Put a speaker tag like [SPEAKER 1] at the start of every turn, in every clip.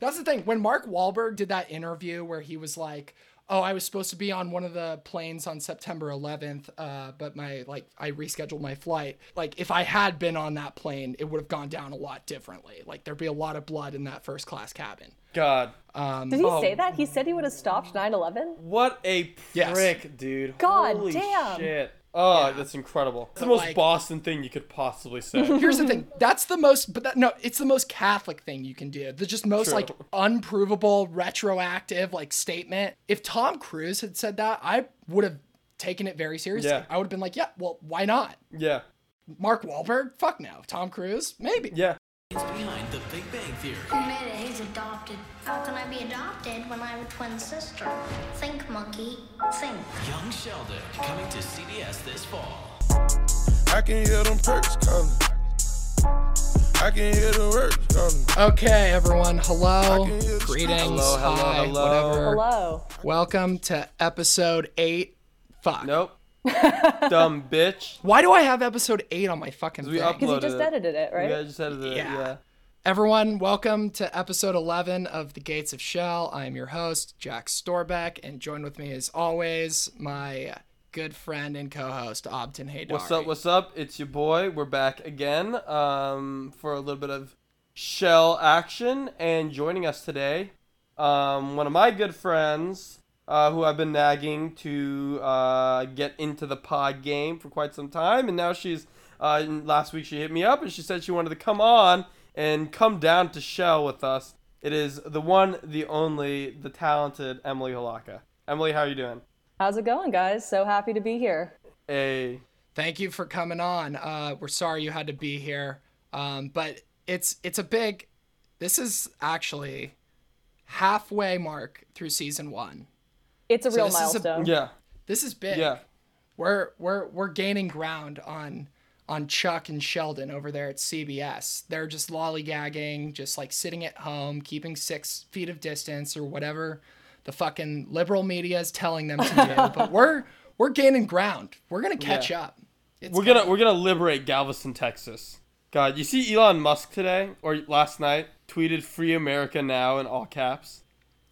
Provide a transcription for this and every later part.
[SPEAKER 1] That's the thing. When Mark Wahlberg did that interview where he was like, "Oh, I was supposed to be on one of the planes on September 11th, uh, but my like I rescheduled my flight. Like if I had been on that plane, it would have gone down a lot differently. Like there'd be a lot of blood in that first class cabin."
[SPEAKER 2] God,
[SPEAKER 3] Did he say that? He said he would have stopped 9 11?
[SPEAKER 2] what a prick,
[SPEAKER 1] Yes.
[SPEAKER 2] dude.
[SPEAKER 3] God
[SPEAKER 2] Holy
[SPEAKER 3] damn.
[SPEAKER 2] shit. Oh, that's incredible. It's the most
[SPEAKER 1] like-
[SPEAKER 2] Boston thing you could possibly say.
[SPEAKER 1] Here's the thing. That's the most, but that, no, it's the most Catholic thing you can do. The just most
[SPEAKER 2] True.
[SPEAKER 1] like unprovable, retroactive like statement. If Tom Cruise had said that, I would have taken it very seriously.
[SPEAKER 2] Yeah.
[SPEAKER 1] I would have been like, yeah, well, why not?
[SPEAKER 2] yeah.
[SPEAKER 1] Mark Wahlberg? Fuck no. Tom Cruise? Maybe.
[SPEAKER 2] Yeah.
[SPEAKER 4] behind the Big Bang Theory.
[SPEAKER 5] Who made it? He's adopted. How can I be adopted when I have a twin sister? Think, monkey. Think.
[SPEAKER 4] Young Sheldon coming to CBS this fall.
[SPEAKER 6] I can hear them perks calling. I can hear the words calling.
[SPEAKER 1] Okay, everyone. Hello.
[SPEAKER 6] can hear-
[SPEAKER 1] Greetings.
[SPEAKER 2] Hello, hello,
[SPEAKER 1] hi,
[SPEAKER 2] hello.
[SPEAKER 1] Whatever.
[SPEAKER 3] Hello.
[SPEAKER 1] Welcome to episode eight. Fuck.
[SPEAKER 2] Nope. Dumb bitch.
[SPEAKER 1] Why do I have episode eight on my fucking
[SPEAKER 2] We
[SPEAKER 1] thing?
[SPEAKER 3] Because
[SPEAKER 2] uploaded
[SPEAKER 3] you just
[SPEAKER 2] it.
[SPEAKER 3] edited it, right?
[SPEAKER 2] Yeah, I just edited it.
[SPEAKER 1] Yeah.
[SPEAKER 2] Yeah.
[SPEAKER 1] Everyone, welcome to episode 11 of The Gates of Shell. I am your host, Jack Storbeck, and joined with me as always, my good friend and co-host, Obton Haydar.
[SPEAKER 2] What's up? What's up? It's your boy. We're back again um, for a little bit of shell action. And joining us today, um, one of my good friends uh, who I've been nagging to uh, get into the pod game for quite some time. And now she's, uh, and last week she hit me up and she said she wanted to come on and come down to shell with us. It is the one, the only, the talented Emily Halaka. Emily, how are you doing?
[SPEAKER 3] How's it going, guys? So happy to be here.
[SPEAKER 2] Hey.
[SPEAKER 1] Thank you for coming on. Uh, we're sorry you had to be here, um, but it's it's a big. This is actually halfway mark through season one.
[SPEAKER 3] It's a real
[SPEAKER 1] this is a-
[SPEAKER 3] milestone.
[SPEAKER 2] Yeah.
[SPEAKER 1] This is big.
[SPEAKER 2] Yeah.
[SPEAKER 1] we're we're we're gaining ground on on Chuck and Sheldon over there at CBS. They're just lollygagging, just like sitting at home, keeping six feet of distance or whatever the fucking liberal media is telling them to do. but we're we're gaining ground. We're gonna catch
[SPEAKER 2] Yeah.
[SPEAKER 1] up. It's
[SPEAKER 2] We're gonna we're gonna liberate Galveston, Texas. God, you see Elon Musk today or last night tweeted "Free America now" in all caps.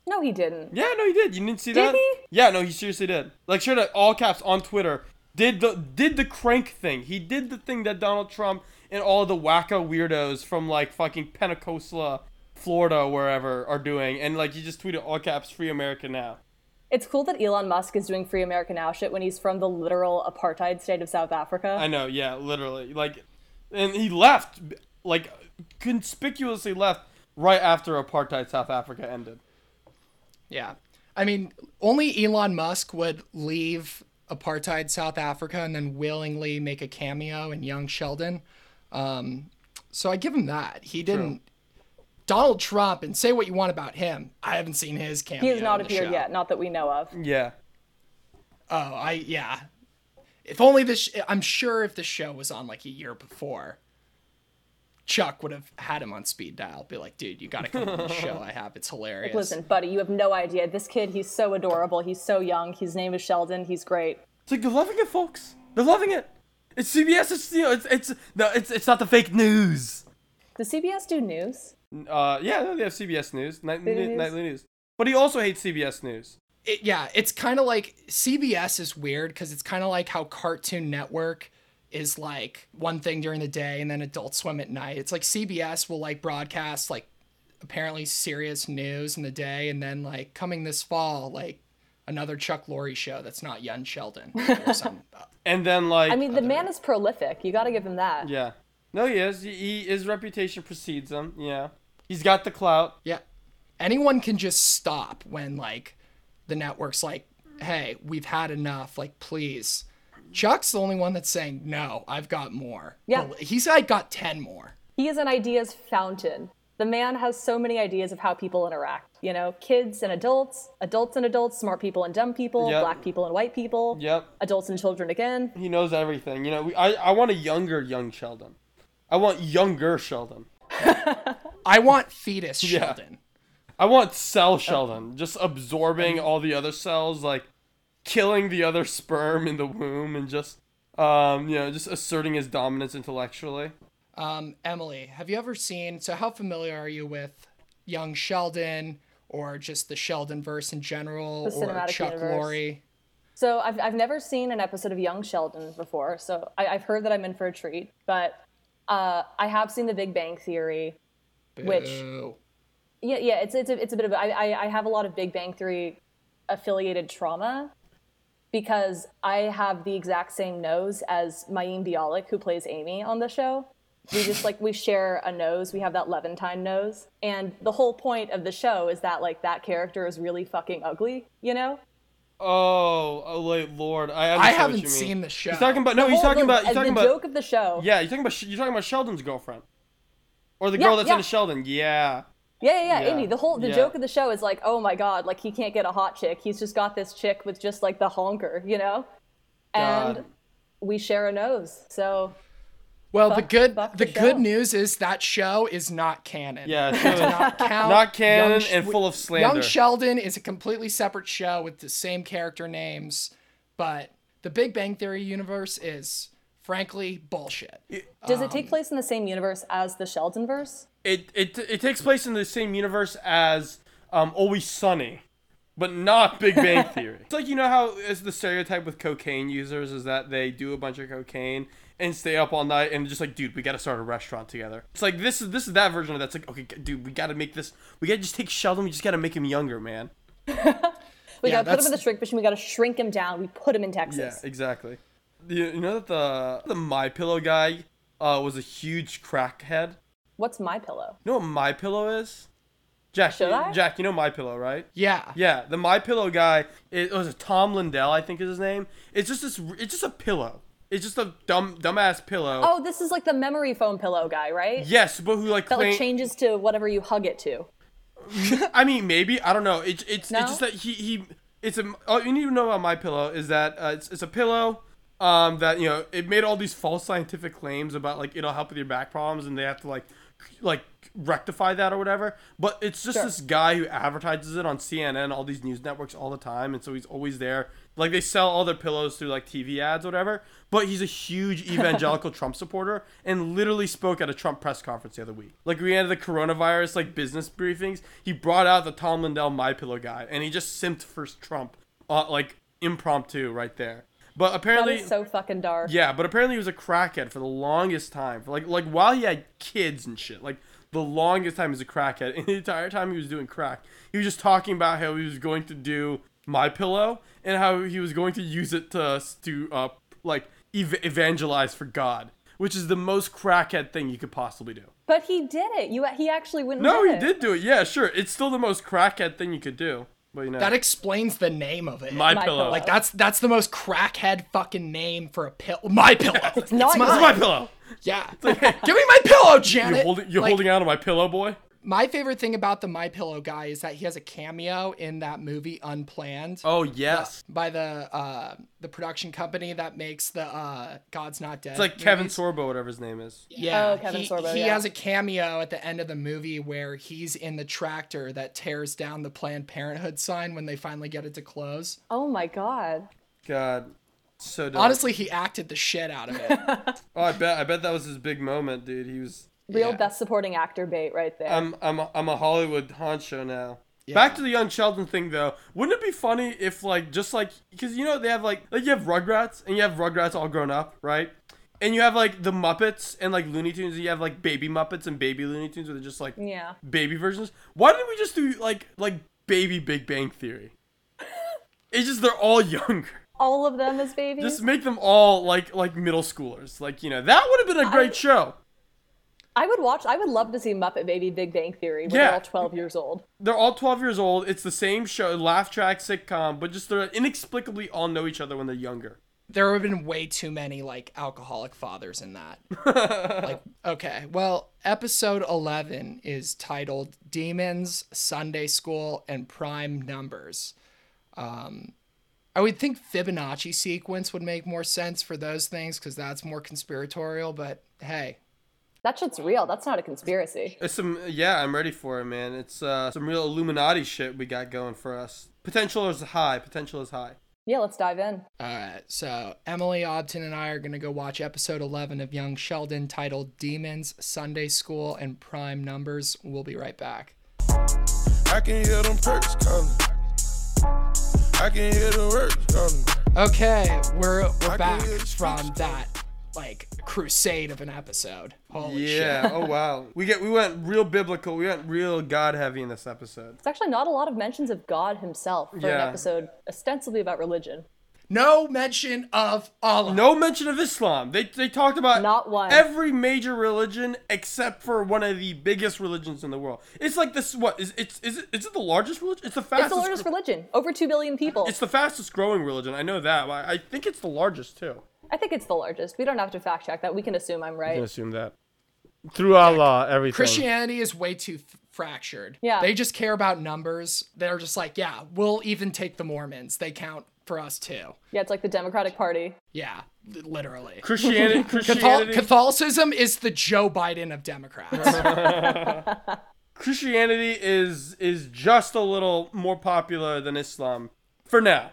[SPEAKER 3] No, he didn't.
[SPEAKER 2] Yeah, no, he did. You didn't see that?
[SPEAKER 3] he?
[SPEAKER 2] Yeah, no, he seriously did. Like, sure, to all caps on Twitter. Did the did the crank thing? He did the thing that Donald Trump and all the wacko weirdos from like fucking Pensacola, Florida, or wherever are doing, and like he just tweeted all caps "Free America now."
[SPEAKER 3] It's cool that Elon Musk is doing Free America Now shit when he's from the literal apartheid state of South Africa.
[SPEAKER 2] I know, yeah, literally. Like, and he left, like, conspicuously left right after apartheid South Africa ended.
[SPEAKER 1] Yeah. I mean, only Elon Musk would leave apartheid South Africa and then willingly make a cameo in Young Sheldon. Um, so I give him that. He didn't. Donald Trump, and say what you want about him. I haven't seen his cameo.
[SPEAKER 3] he has not
[SPEAKER 1] in the
[SPEAKER 3] appeared
[SPEAKER 1] show.
[SPEAKER 3] yet, not that we know of.
[SPEAKER 2] Yeah.
[SPEAKER 1] Oh, I yeah. If only this. Sh- I'm sure if the show was on like a year before, Chuck would have had him on speed dial. Be like, dude, you got to come on the show. I have. It's hilarious.
[SPEAKER 3] Listen, buddy, you have no idea. This kid, he's so adorable. He's so young. His name is Sheldon. He's great.
[SPEAKER 2] It's like, they're loving it, folks. They're loving it. It's CBS. It's, you know, it's, it's, no, it's, it's not the fake news.
[SPEAKER 3] Does CBS do news?
[SPEAKER 2] Uh, yeah, no, they have CBS News, night,
[SPEAKER 3] They do
[SPEAKER 2] news,
[SPEAKER 3] news?
[SPEAKER 2] nightly news. But he also hates CBS News.
[SPEAKER 1] it, yeah, it's kind of like CBS is weird because it's kind of like how Cartoon Network is like one thing during the day and then Adult Swim at night. It's like CBS will like broadcast like apparently serious news in the day and then like coming this fall like another Chuck Lorre show that's not Young Sheldon or some
[SPEAKER 2] And then, like,
[SPEAKER 3] I mean, the man is prolific. You got to give him that.
[SPEAKER 2] yeah. No, he is. He, he, his reputation precedes him. Yeah. He's got the clout.
[SPEAKER 1] Yeah. Anyone can just stop when like the network's like, "Hey, we've had enough. Like, please." Chuck's the only one that's saying, "No, I've got more."
[SPEAKER 3] Yeah.
[SPEAKER 1] Well, He's like got 10 more.
[SPEAKER 3] He is an ideas fountain. The man has so many ideas of how people interact. You know, kids and adults, adults and adults, smart people and dumb people,
[SPEAKER 2] Yep.
[SPEAKER 3] black people and white people,
[SPEAKER 2] Yep.
[SPEAKER 3] adults and children again.
[SPEAKER 2] He knows everything. You know, we, I, I want a younger young Sheldon. I want younger Sheldon.
[SPEAKER 1] I want fetus Sheldon.
[SPEAKER 2] I want cell Sheldon, just absorbing all the other cells, like killing the other sperm in the womb and just um, you know, just asserting his dominance intellectually.
[SPEAKER 1] Emily, have you ever seen so how familiar are you with young Sheldon or just the Sheldon verse in general
[SPEAKER 3] The
[SPEAKER 1] or
[SPEAKER 3] cinematic
[SPEAKER 1] Chuck
[SPEAKER 3] universe.
[SPEAKER 1] Lorre.
[SPEAKER 3] So I've, I've never seen an episode of Young Sheldon before, so I, I've heard that I'm in for a treat. But uh, I have seen The Big Bang Theory, which
[SPEAKER 1] Boo.
[SPEAKER 3] yeah, yeah, it's it's a, it's a bit of I, I I have a lot of Big Bang Theory affiliated trauma because I have the exact same nose as Mayim Bialik, who plays Amy on the show. We just like we share a nose. We have that Levantine nose, and the whole point of the show is that like that character is really fucking ugly, you know.
[SPEAKER 2] Oh, oh, wait, Lord, I, understand
[SPEAKER 1] I
[SPEAKER 2] what
[SPEAKER 1] haven't
[SPEAKER 2] you
[SPEAKER 1] seen
[SPEAKER 2] mean.
[SPEAKER 1] the show.
[SPEAKER 2] He's talking about no. He's
[SPEAKER 3] Well,
[SPEAKER 2] talking
[SPEAKER 3] the,
[SPEAKER 2] about. He's
[SPEAKER 3] the
[SPEAKER 2] talking
[SPEAKER 3] joke
[SPEAKER 2] about.
[SPEAKER 3] of the show.
[SPEAKER 2] Yeah, you're talking about. Sh- You're talking about Sheldon's girlfriend, or the
[SPEAKER 3] Yeah,
[SPEAKER 2] girl that's
[SPEAKER 3] yeah.
[SPEAKER 2] into Sheldon. Yeah.
[SPEAKER 3] Yeah, yeah, yeah,
[SPEAKER 2] Yeah.
[SPEAKER 3] Amy. The whole the
[SPEAKER 2] Yeah.
[SPEAKER 3] joke of the show is like, oh my god, like he can't get a hot chick. He's just got this chick with just like the honker, you know. And
[SPEAKER 2] God.
[SPEAKER 3] we share a nose, so
[SPEAKER 1] well, the
[SPEAKER 3] fuck-
[SPEAKER 1] good
[SPEAKER 3] fuck
[SPEAKER 1] the,
[SPEAKER 3] the
[SPEAKER 1] good
[SPEAKER 3] show.
[SPEAKER 1] news is that show is not canon.
[SPEAKER 2] Yeah. So
[SPEAKER 1] Not count.
[SPEAKER 2] not canon
[SPEAKER 1] Sh-
[SPEAKER 2] and full of slander.
[SPEAKER 1] Young Sheldon is a completely separate show with the same character names, but the Big Bang Theory universe is frankly bullshit.
[SPEAKER 3] does it
[SPEAKER 2] Um,
[SPEAKER 3] take place in the same universe as the Sheldonverse?
[SPEAKER 2] it it it takes place in the same universe as um Always Sunny, but not Big Bang Theory. It's like you know how is the stereotype with cocaine users is that they do a bunch of cocaine and stay up all night and just like dude we gotta start a restaurant together. It's like this is this is that version of that's like okay g- dude we gotta make this we gotta just take Sheldon we just gotta make him younger man.
[SPEAKER 3] We
[SPEAKER 1] Yeah,
[SPEAKER 3] gotta put him in the
[SPEAKER 1] that's-
[SPEAKER 3] shrink machine. We gotta shrink him down. We put him in Texas.
[SPEAKER 2] Yeah, exactly. You, you know that the the My Pillow guy uh, was a huge crackhead.
[SPEAKER 3] What's my pillow?
[SPEAKER 2] You know what My Pillow is? Jack,
[SPEAKER 3] Should
[SPEAKER 2] you-
[SPEAKER 3] I?
[SPEAKER 2] Jack, you know My Pillow, right?
[SPEAKER 1] Yeah.
[SPEAKER 2] Yeah, the My Pillow guy. It, was a Tom Lindell, I think is his name. It's just this. It's just a pillow. It's just a dumb dumbass pillow.
[SPEAKER 3] Oh, this is like the memory foam pillow guy, right?
[SPEAKER 2] Yes, but who like
[SPEAKER 3] That like
[SPEAKER 2] claim-
[SPEAKER 3] changes to whatever you hug it to.
[SPEAKER 2] I mean, maybe I don't know. It, it's
[SPEAKER 3] No?
[SPEAKER 2] it's just that he he. It's a all you need to know about my pillow is that uh, it's it's a pillow. Um, that you know it made all these false scientific claims about like it'll help with your back problems and they have to like like rectify that or whatever but it's just
[SPEAKER 3] Sure.
[SPEAKER 2] this guy who advertises it on cnn all these news networks all the time and so he's always there like they sell all their pillows through like tv ads or whatever but he's a huge evangelical trump supporter and literally spoke at a trump press conference the other week like we had the coronavirus like business briefings he brought out the tom lindell my pillow guy and he just simped for trump uh, like impromptu right there but
[SPEAKER 3] That
[SPEAKER 2] apparently
[SPEAKER 3] is so fucking dark.
[SPEAKER 2] yeah, but apparently he was a crackhead for the longest time. For like like while he had kids and shit. Like the longest time he was a crackhead. And the entire time he was doing crack, he was just talking about how he was going to do my pillow and how he was going to use it to to uh like ev- evangelize for God, which is the most crackhead thing you could possibly do.
[SPEAKER 3] But he did it. You he actually went. and
[SPEAKER 2] No,
[SPEAKER 3] did
[SPEAKER 2] he
[SPEAKER 3] it.
[SPEAKER 2] did do it. Yeah, sure. It's still the most crackhead thing you could do. But you know,
[SPEAKER 1] That explains the name of it.
[SPEAKER 2] my,
[SPEAKER 3] My
[SPEAKER 2] pillow.
[SPEAKER 3] Pillow.
[SPEAKER 1] like that's that's the most crackhead fucking name for a pill. My pillow. it's
[SPEAKER 3] not
[SPEAKER 1] my,
[SPEAKER 2] That's my pillow.
[SPEAKER 1] Yeah. Give me my pillow, Janet.
[SPEAKER 2] You holding you
[SPEAKER 1] Like,
[SPEAKER 2] holding out on my pillow, boy.
[SPEAKER 1] My favorite thing about the My Pillow guy is that he has a cameo in that movie Unplanned.
[SPEAKER 2] Oh yes.
[SPEAKER 1] by the uh the production company that makes the uh God's Not Dead.
[SPEAKER 2] It's like Kevin Sorbo, whatever his name is.
[SPEAKER 1] Yeah,
[SPEAKER 3] Oh, Kevin
[SPEAKER 1] he,
[SPEAKER 3] Sorbo,
[SPEAKER 1] he
[SPEAKER 3] yeah.
[SPEAKER 1] has a cameo at the end of the movie where he's in the tractor that tears down the Planned Parenthood sign when they finally get it to close.
[SPEAKER 3] Oh my god.
[SPEAKER 2] God, so dope.
[SPEAKER 1] Honestly, he acted the shit out of it.
[SPEAKER 2] oh, I bet I bet that was his big moment, dude. He was.
[SPEAKER 3] Real
[SPEAKER 1] Yeah.
[SPEAKER 3] best supporting actor bait right there.
[SPEAKER 2] I'm I'm a, I'm a Hollywood honcho now. Back to the young Sheldon thing though. Wouldn't it be funny if like just like because you know they have like like you have Rugrats and you have Rugrats all grown up, right? And you have like the Muppets and like Looney Tunes. And you have like baby Muppets and baby Looney Tunes, where they're just like
[SPEAKER 3] yeah.
[SPEAKER 2] baby versions. Why didn't we just do like like baby Big Bang Theory? It's just they're all younger.
[SPEAKER 3] All of them as babies.
[SPEAKER 2] Just make them all like like middle schoolers. Like you know that would have been a great show.
[SPEAKER 3] I would watch. I would love to see Muppet Baby Big Bang Theory when
[SPEAKER 2] Yeah.
[SPEAKER 3] they're all twelve years old.
[SPEAKER 2] They're all 12 years old. It's the same show, laugh track, sitcom, but just they're inexplicably all know each other when they're younger.
[SPEAKER 1] there have been way too many like alcoholic fathers in that. like, okay, well, episode eleven is titled "Demons, Sunday School, and Prime Numbers." Um, I would think Fibonacci sequence would make more sense for those things because that's more conspiratorial. But hey,
[SPEAKER 3] That shit's real. That's not a conspiracy.
[SPEAKER 2] It's some yeah, I'm ready for it, man. It's uh, some real Illuminati shit we got going for us. Potential is high. Potential is high.
[SPEAKER 3] Yeah, let's dive in.
[SPEAKER 1] all right. So Emily Obton and I are gonna go watch episode eleven of Young Sheldon titled "Demons, Sunday School, and Prime Numbers." We'll be right back.
[SPEAKER 6] I can hear them perks coming. I can hear the words coming.
[SPEAKER 1] Okay, we're we're
[SPEAKER 6] can
[SPEAKER 1] back
[SPEAKER 6] hear the
[SPEAKER 1] from
[SPEAKER 6] streets.
[SPEAKER 1] that like crusade of an episode. Holy
[SPEAKER 2] Yeah.
[SPEAKER 1] shit.
[SPEAKER 2] oh wow. We get we went real biblical. We went real God heavy in this episode.
[SPEAKER 3] It's actually not a lot of mentions of God himself for
[SPEAKER 2] Yeah.
[SPEAKER 3] an episode ostensibly about religion.
[SPEAKER 1] No mention of Allah.
[SPEAKER 2] No mention of Islam. They they talked about
[SPEAKER 3] Not one.
[SPEAKER 2] every major religion except for one of the biggest religions in the world. It's like this. What is it's is it, is it the largest religion? It's the fastest.
[SPEAKER 3] It's the largest
[SPEAKER 2] gr-
[SPEAKER 3] religion, over 2 billion people.
[SPEAKER 2] It's the fastest growing religion. I know that. I I think it's the largest too.
[SPEAKER 3] I think it's the largest. We don't have to fact check that. We can assume I'm
[SPEAKER 2] I
[SPEAKER 3] right.
[SPEAKER 2] assume that. Through Allah, everything.
[SPEAKER 1] Christianity is way too f- fractured.
[SPEAKER 3] Yeah.
[SPEAKER 1] They just care about numbers. They're just like, yeah, we'll even take the Mormons. They count for us too.
[SPEAKER 3] Yeah, it's like the Democratic Party.
[SPEAKER 1] Yeah, li- literally.
[SPEAKER 2] Christianity.
[SPEAKER 1] Cathol-
[SPEAKER 2] Christianity.
[SPEAKER 1] Catholicism is the Joe Biden of Democrats.
[SPEAKER 2] Christianity is is just a little more popular than Islam for now.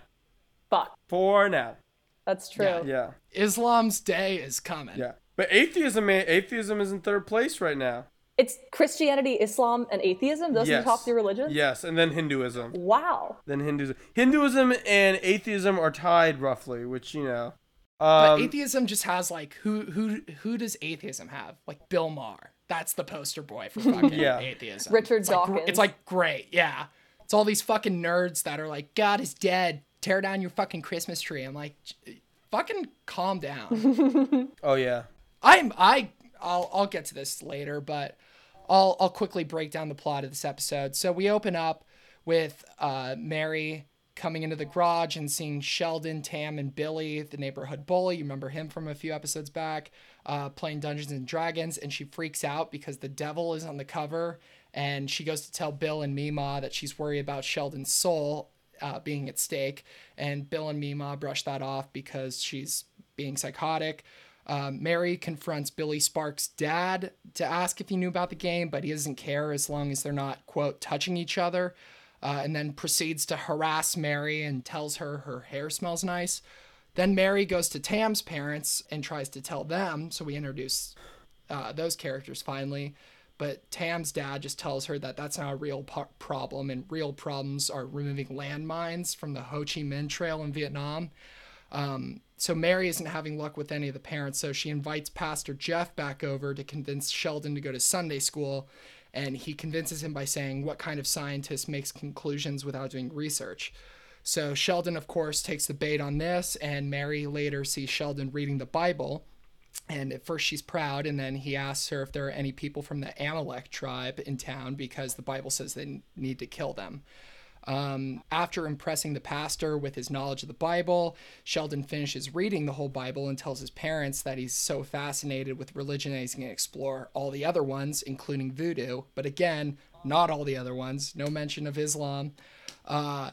[SPEAKER 3] Fuck.
[SPEAKER 2] For now.
[SPEAKER 3] That's true.
[SPEAKER 2] Yeah.
[SPEAKER 1] Islam's day is coming.
[SPEAKER 2] Yeah. But atheism a- atheism is in third place right now.
[SPEAKER 3] It's Christianity, Islam, and atheism. Those are
[SPEAKER 2] Yes.
[SPEAKER 3] the top three religions?
[SPEAKER 2] Yes, and then Hinduism.
[SPEAKER 3] Wow.
[SPEAKER 2] Then Hinduism. Hinduism and atheism are tied roughly, which you know.
[SPEAKER 1] But
[SPEAKER 2] Um,
[SPEAKER 1] atheism just has like who who who does atheism have? Like Bill Mahr. That's the poster boy for fucking
[SPEAKER 2] Yeah.
[SPEAKER 1] atheism.
[SPEAKER 3] Richard
[SPEAKER 1] it's like, gr-
[SPEAKER 3] Dawkins.
[SPEAKER 1] It's like great, yeah. It's all these fucking nerds that are like, God is dead. Tear down your fucking Christmas tree. I'm like, "J- fucking calm down.
[SPEAKER 2] oh yeah.
[SPEAKER 1] I'm I I'll I'll get to this later, but I'll I'll quickly break down the plot of this episode. So we open up with uh, Mary coming into the garage and seeing Sheldon, Tam, and Billy, the neighborhood bully. You remember him from a few episodes back, uh, playing Dungeons and Dragons, and she freaks out because the devil is on the cover, and she goes to tell Bill and Mima that she's worried about Sheldon's soul. Uh, being at stake, and Bill and Mima brush that off because she's being psychotic. Um, Mary confronts Billy Sparks' dad to ask if he knew about the game, but he doesn't care as long as they're not, quote, touching each other, uh, and then proceeds to harass Mary and tells her her hair smells nice. Then Mary goes to Tam's parents and tries to tell them, so we introduce uh, those characters finally. But Tam's dad just tells her that that's not a real po- problem, and real problems are removing landmines from the Ho Chi Minh Trail in Vietnam. So Mary isn't having luck with any of the parents, so she invites Pastor Jeff back over to convince Sheldon to go to Sunday school, and he convinces him by saying, "What kind of scientist makes conclusions without doing research?" So Sheldon, of course, takes the bait on this, and Mary later sees Sheldon reading the Bible. And at first she's proud, and then he asks her if there are any people from the Amalek tribe in town because the Bible says they need to kill them. Um, After impressing the pastor with his knowledge of the Bible, Sheldon finishes reading the whole Bible and tells his parents that he's so fascinated with religion that he's going to explore all the other ones, including voodoo. But again, not all the other ones, no mention of Islam. Uh,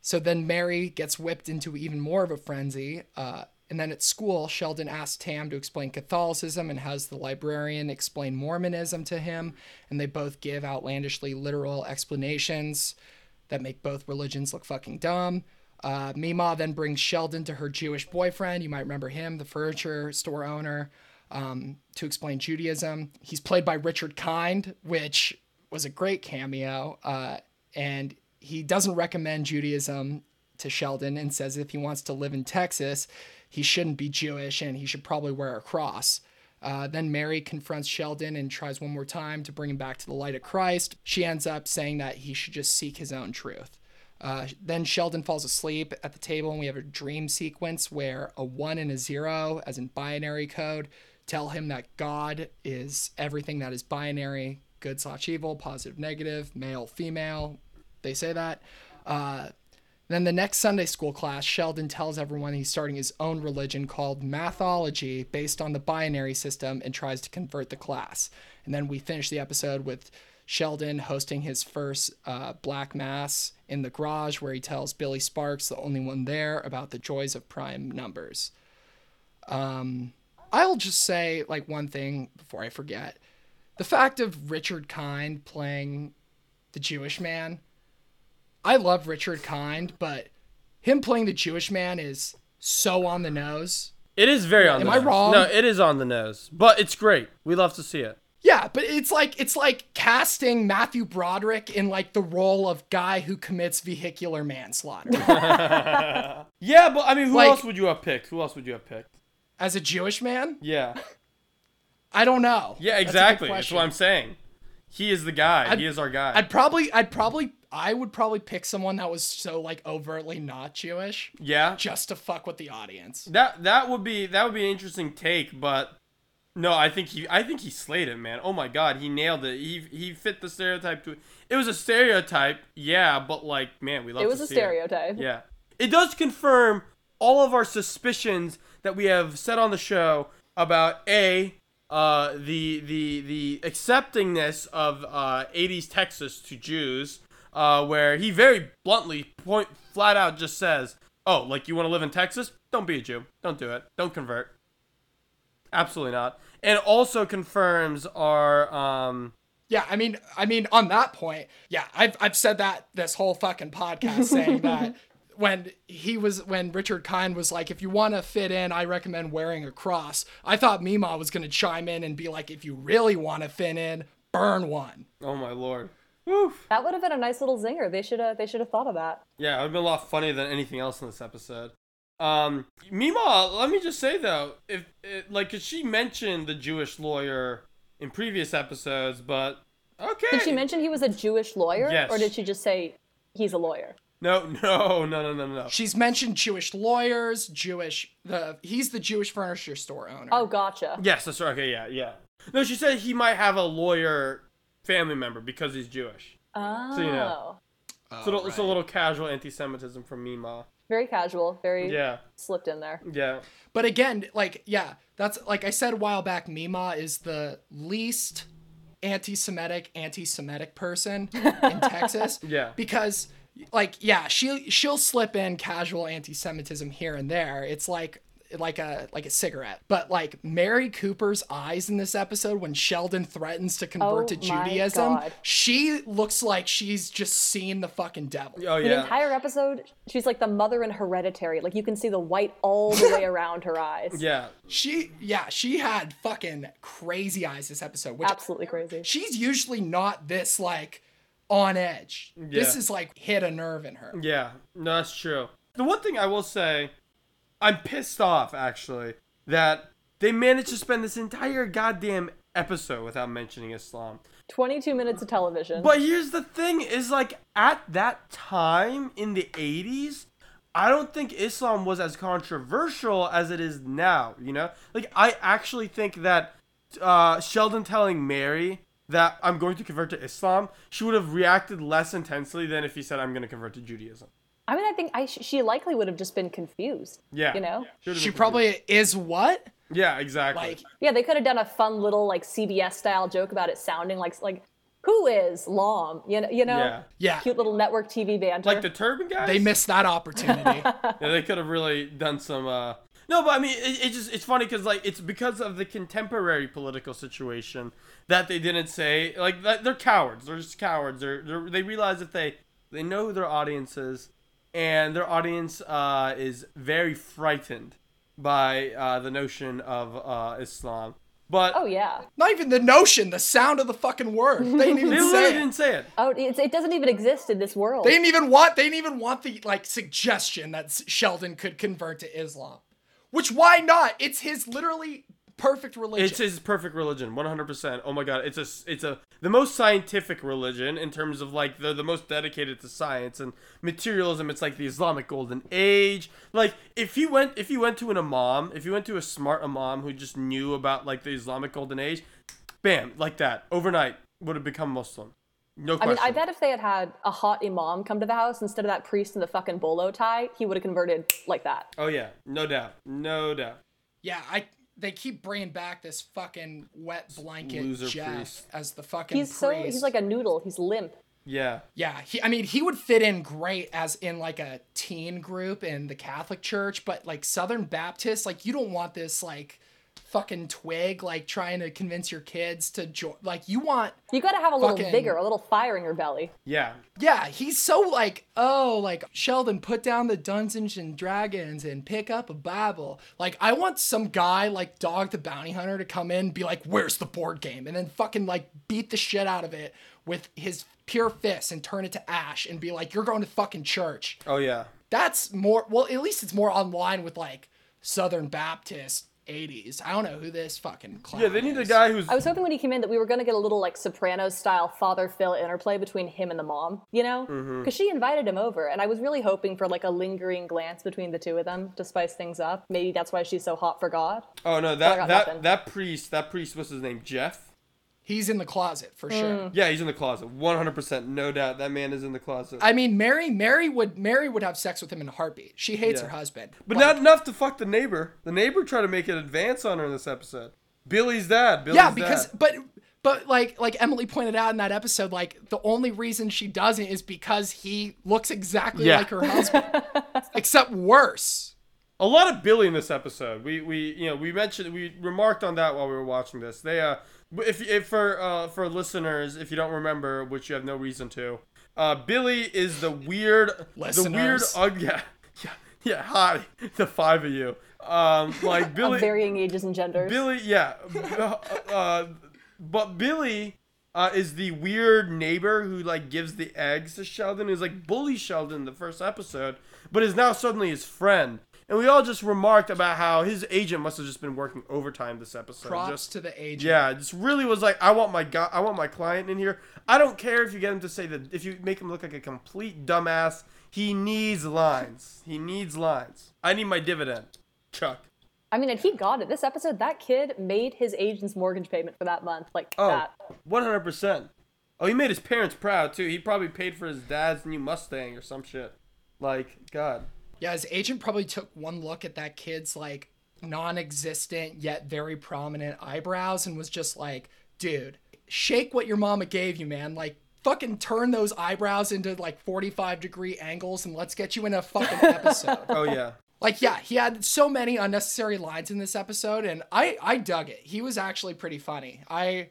[SPEAKER 1] so then Mary gets whipped into even more of a frenzy. Uh, and then at school, Sheldon asks Tam to explain Catholicism and has the librarian explain Mormonism to him. And they both give outlandishly literal explanations that make both religions look fucking dumb. Uh, Mima then brings Sheldon to her Jewish boyfriend. You might remember him, the furniture store owner, um, to explain Judaism. He's played by Richard Kind, which was a great cameo. Uh, and he doesn't recommend Judaism to Sheldon and says if he wants to live in Texas, he shouldn't be Jewish and he should probably wear a cross. Uh, then Mary confronts Sheldon and tries one more time to bring him back to the light of Christ. She ends up saying that he should just seek his own truth. Uh, then Sheldon falls asleep at the table, and we have a dream sequence where a one and a zero, as in binary code, tell him that God is everything that is binary good slash evil, positive, negative, male, female. They say that. Uh, then the next Sunday school class, Sheldon tells everyone he's starting his own religion called Mathology based on the binary system and tries to convert the class. And then we finish the episode with Sheldon hosting his first uh, black mass in the garage where he tells Billy Sparks, the only one there, about the joys of prime numbers. Um, I'll just say like one thing before I forget. The fact of Richard Kind playing the Jewish man I love Richard Kind, but him playing the Jewish man is so on the nose.
[SPEAKER 2] It is very on
[SPEAKER 1] Am
[SPEAKER 2] the
[SPEAKER 1] I
[SPEAKER 2] nose.
[SPEAKER 1] wrong?
[SPEAKER 2] No, it is on the nose. But it's great. We love to see it.
[SPEAKER 1] Yeah, but it's like it's like casting Matthew Broderick in like the role of guy who commits vehicular manslaughter
[SPEAKER 2] Yeah, but I mean, who
[SPEAKER 1] Like-
[SPEAKER 2] else would you have picked? Who else would you have picked?
[SPEAKER 1] as a Jewish man.
[SPEAKER 2] Yeah.
[SPEAKER 1] I don't know.
[SPEAKER 2] Yeah,
[SPEAKER 1] That's a good
[SPEAKER 2] exactly. That's
[SPEAKER 1] question.
[SPEAKER 2] what I'm saying. He is the guy.
[SPEAKER 1] I'd-
[SPEAKER 2] he is our guy.
[SPEAKER 1] I'd probably, I'd probably, I would probably pick someone that was so like overtly not Jewish
[SPEAKER 2] yeah.
[SPEAKER 1] just to fuck with the audience.
[SPEAKER 2] That that would be that would be an interesting take, but no, I think he I think he slayed it, man. Oh my god, he nailed it. He he fit the stereotype to it was a stereotype, yeah, but like man, we love
[SPEAKER 3] It
[SPEAKER 2] to
[SPEAKER 3] was a
[SPEAKER 2] see
[SPEAKER 3] stereotype.
[SPEAKER 2] Yeah. It does confirm all of our suspicions that we have said on the show about a uh, the the the acceptingness of uh, 80s Texas to Jews, uh, where he very bluntly point flat out just says, "Oh, like you want to live in Texas? Don't be a Jew. Don't do it. Don't convert. Absolutely not." And also confirms our um,
[SPEAKER 1] Yeah, I mean, I mean, on that point, yeah, I've I've said that this whole fucking podcast saying that when he was when Richard Kind was like, if you want to fit in, I recommend wearing a cross. I thought Mima was gonna chime in and be like, if you really want to fit in, burn one.
[SPEAKER 2] oh my lord, Woo.
[SPEAKER 3] That would have been a nice little zinger. They should have. They should have thought of that.
[SPEAKER 2] Yeah, it would have been a lot funnier than anything else in this episode. Um, meanwhile, let me just say though, if it, like, 'cause she mentioned the Jewish lawyer in previous episodes, but okay.
[SPEAKER 3] Did she mention he was a Jewish lawyer,
[SPEAKER 2] Yes.
[SPEAKER 3] or did she just say he's a lawyer?
[SPEAKER 2] No, no, no, no, no, no.
[SPEAKER 1] She's mentioned Jewish lawyers, Jewish the he's the Jewish furniture store owner.
[SPEAKER 3] Oh, gotcha.
[SPEAKER 2] Yes, that's right. Okay, yeah, yeah. No, she said he might have a lawyer family member because he's Jewish.
[SPEAKER 3] Oh,
[SPEAKER 2] you know. so it's a little casual anti-Semitism from Mima.
[SPEAKER 3] very casual. Very
[SPEAKER 2] Yeah,
[SPEAKER 3] slipped in there.
[SPEAKER 2] yeah.
[SPEAKER 1] But again, like, yeah, that's like I said a while back, Mima is the least anti Semitic, anti Semitic person in Texas.
[SPEAKER 2] Yeah.
[SPEAKER 1] Because like, yeah, she she'll slip in casual anti Semitism here and there. It's like like a like a cigarette. But like Mary Cooper's eyes in this episode when Sheldon threatens to convert
[SPEAKER 3] Oh
[SPEAKER 1] to
[SPEAKER 3] my
[SPEAKER 1] Judaism,
[SPEAKER 3] God.
[SPEAKER 1] she looks like she's just seen the fucking devil.
[SPEAKER 2] Oh
[SPEAKER 3] The
[SPEAKER 2] yeah.
[SPEAKER 3] entire episode, she's like the mother in Hereditary. Like you can see the white all the way around her eyes.
[SPEAKER 2] yeah.
[SPEAKER 1] She yeah, she had fucking crazy eyes this episode, which
[SPEAKER 3] Absolutely crazy.
[SPEAKER 1] she's usually not this like on edge. This
[SPEAKER 2] Yeah.
[SPEAKER 1] is like hit a nerve in her.
[SPEAKER 2] Yeah, no, that's true. The one thing I will say, I'm pissed off actually that they managed to spend this entire goddamn episode without mentioning Islam.
[SPEAKER 3] 22 minutes of television.
[SPEAKER 2] But here's the thing: is like at that time in the '80s, I don't think Islam was as controversial as it is now. You know, like I actually think that uh, Sheldon telling Mary that I'm going to convert to Islam, she would have reacted less intensely than if he said I'm going to convert to Judaism.
[SPEAKER 3] I mean, I think I, she likely would have just been confused.
[SPEAKER 2] Yeah.
[SPEAKER 3] You know?
[SPEAKER 2] Should've
[SPEAKER 1] She
[SPEAKER 2] been
[SPEAKER 1] probably is what?
[SPEAKER 2] confused. Yeah, exactly.
[SPEAKER 1] Like
[SPEAKER 3] Yeah, they could have done a fun little like CBS style joke about it sounding like like who is Lom? You know, you know,
[SPEAKER 2] Yeah.
[SPEAKER 1] Yeah.
[SPEAKER 3] cute little network TV banter.
[SPEAKER 2] like the turban guys.
[SPEAKER 1] they missed that opportunity.
[SPEAKER 2] Yeah, they could have really done some. uh No, but I mean, it, it just it's funny because like it's because of the contemporary political situation that they didn't say like that- they're cowards. They're just cowards. They're, they're they realize if they they know who their audience is, and their audience uh, is very frightened by uh, the notion of uh, Islam. But
[SPEAKER 3] oh yeah.
[SPEAKER 1] Not even the notion, the sound of the fucking word. They didn't even
[SPEAKER 2] they
[SPEAKER 1] say
[SPEAKER 2] literally
[SPEAKER 1] it.
[SPEAKER 2] didn't say it.
[SPEAKER 3] Oh, it's, it doesn't even exist in this world.
[SPEAKER 1] They didn't even want they didn't even want the like suggestion that S- Sheldon could convert to Islam. Which why not? It's his literally perfect religion.
[SPEAKER 2] It's his perfect religion, 100%. Oh my god, it's a it's a the most scientific religion in terms of like the the most dedicated to science and materialism. It's like the Islamic golden age. Like if you went if you went to an imam, if you went to a smart imam who just knew about like the Islamic golden age, bam, like that overnight would have become Muslim. No
[SPEAKER 3] I
[SPEAKER 2] question.
[SPEAKER 3] mean, I bet if they had had a hot imam come to the house instead of that priest in the fucking bolo tie, he would have converted like that.
[SPEAKER 2] Oh yeah, no doubt. No doubt.
[SPEAKER 1] yeah, I they keep bringing back this fucking wet blanket
[SPEAKER 2] Loser
[SPEAKER 1] Jeff
[SPEAKER 2] priest.
[SPEAKER 1] as the fucking
[SPEAKER 3] He's so
[SPEAKER 1] priest.
[SPEAKER 3] he's like a noodle. He's limp.
[SPEAKER 2] Yeah.
[SPEAKER 1] Yeah, he, I mean, he would fit in great as in like a teen group in the Catholic Church, but like Southern Baptists, like you don't want this like fucking twig like trying to convince your kids to join like you want
[SPEAKER 3] You got to have a little
[SPEAKER 1] Fucking-
[SPEAKER 3] vigor, a little fire in your belly.
[SPEAKER 2] Yeah.
[SPEAKER 1] yeah he's so like oh like sheldon put down the dungeons and dragons and pick up a bible like i want some guy like dog the bounty hunter to come in and be like where's the board game and then fucking like beat the shit out of it with his pure fists and turn it to ash and be like you're going to fucking church
[SPEAKER 2] Oh yeah.
[SPEAKER 1] that's more well at least it's more online with like southern baptist 80s i don't know who this fucking clown
[SPEAKER 2] Yeah, they need a
[SPEAKER 1] is.
[SPEAKER 2] guy who's
[SPEAKER 3] I was hoping when he came in that we were going to get a little like Sopranos style father Phil interplay between him and the mom, you know? Because she invited him over, and I was really hoping for like a lingering glance between the two of them to spice things up. Maybe that's why she's so hot for God.
[SPEAKER 2] Oh no,
[SPEAKER 3] got
[SPEAKER 2] that that,
[SPEAKER 3] nothing.
[SPEAKER 2] that priest, that priest what's his name? Jeff?
[SPEAKER 1] he's in the closet for sure
[SPEAKER 2] Yeah, he's in the closet. 100%, no doubt. That man is in the closet.
[SPEAKER 1] i mean mary mary would mary would have sex with him in a heartbeat she hates
[SPEAKER 2] Yeah.
[SPEAKER 1] her husband
[SPEAKER 2] but
[SPEAKER 1] Like,
[SPEAKER 2] not enough to fuck the neighbor. The neighbor tried to make an advance on her in this episode. Billy's dad. Billy's
[SPEAKER 1] yeah because
[SPEAKER 2] dad.
[SPEAKER 1] but but like like emily pointed out in that episode like the only reason she doesn't is because he looks exactly
[SPEAKER 2] Yeah.
[SPEAKER 1] like her husband except worse
[SPEAKER 2] a lot of Billy in this episode. We we you know we mentioned we remarked on that while we were watching this. They uh if if for uh for listeners if you don't remember which you have no reason to, uh Billy is the weird the weird
[SPEAKER 1] Listeners.
[SPEAKER 2] ug yeah yeah yeah hi the five of you um like Billy
[SPEAKER 3] Of varying ages and genders.
[SPEAKER 2] Billy, yeah. uh, uh, but Billy uh, is the weird neighbor who like gives the eggs to Sheldon. Who's like bully Sheldon in the first episode, but is now suddenly his friend. And we all just remarked about how his agent must have just been working overtime this episode.
[SPEAKER 1] props
[SPEAKER 2] just
[SPEAKER 1] to the agent
[SPEAKER 2] yeah, just really was like, I want my guy, I want my client in here. I don't care if you get him to say that if you make him look like a complete dumbass. He needs lines. He needs lines. I need my dividend, Chuck.
[SPEAKER 3] I mean, and he got it. This episode, that kid made his agent's mortgage payment for that month. Like
[SPEAKER 2] Oh,
[SPEAKER 3] that.
[SPEAKER 2] 100%. Oh, he made his parents proud too. He probably paid for his dad's new Mustang or some shit. Like, God.
[SPEAKER 1] Yeah, his agent probably took one look at that kid's like non-existent yet very prominent eyebrows and was just like, dude, shake what your mama gave you, man. Like fucking turn those eyebrows into like 45 degree angles and let's get you in a fucking episode.
[SPEAKER 2] Oh, yeah.
[SPEAKER 1] like yeah, he had so many unnecessary lines in this episode and I I dug it. He was actually pretty funny. I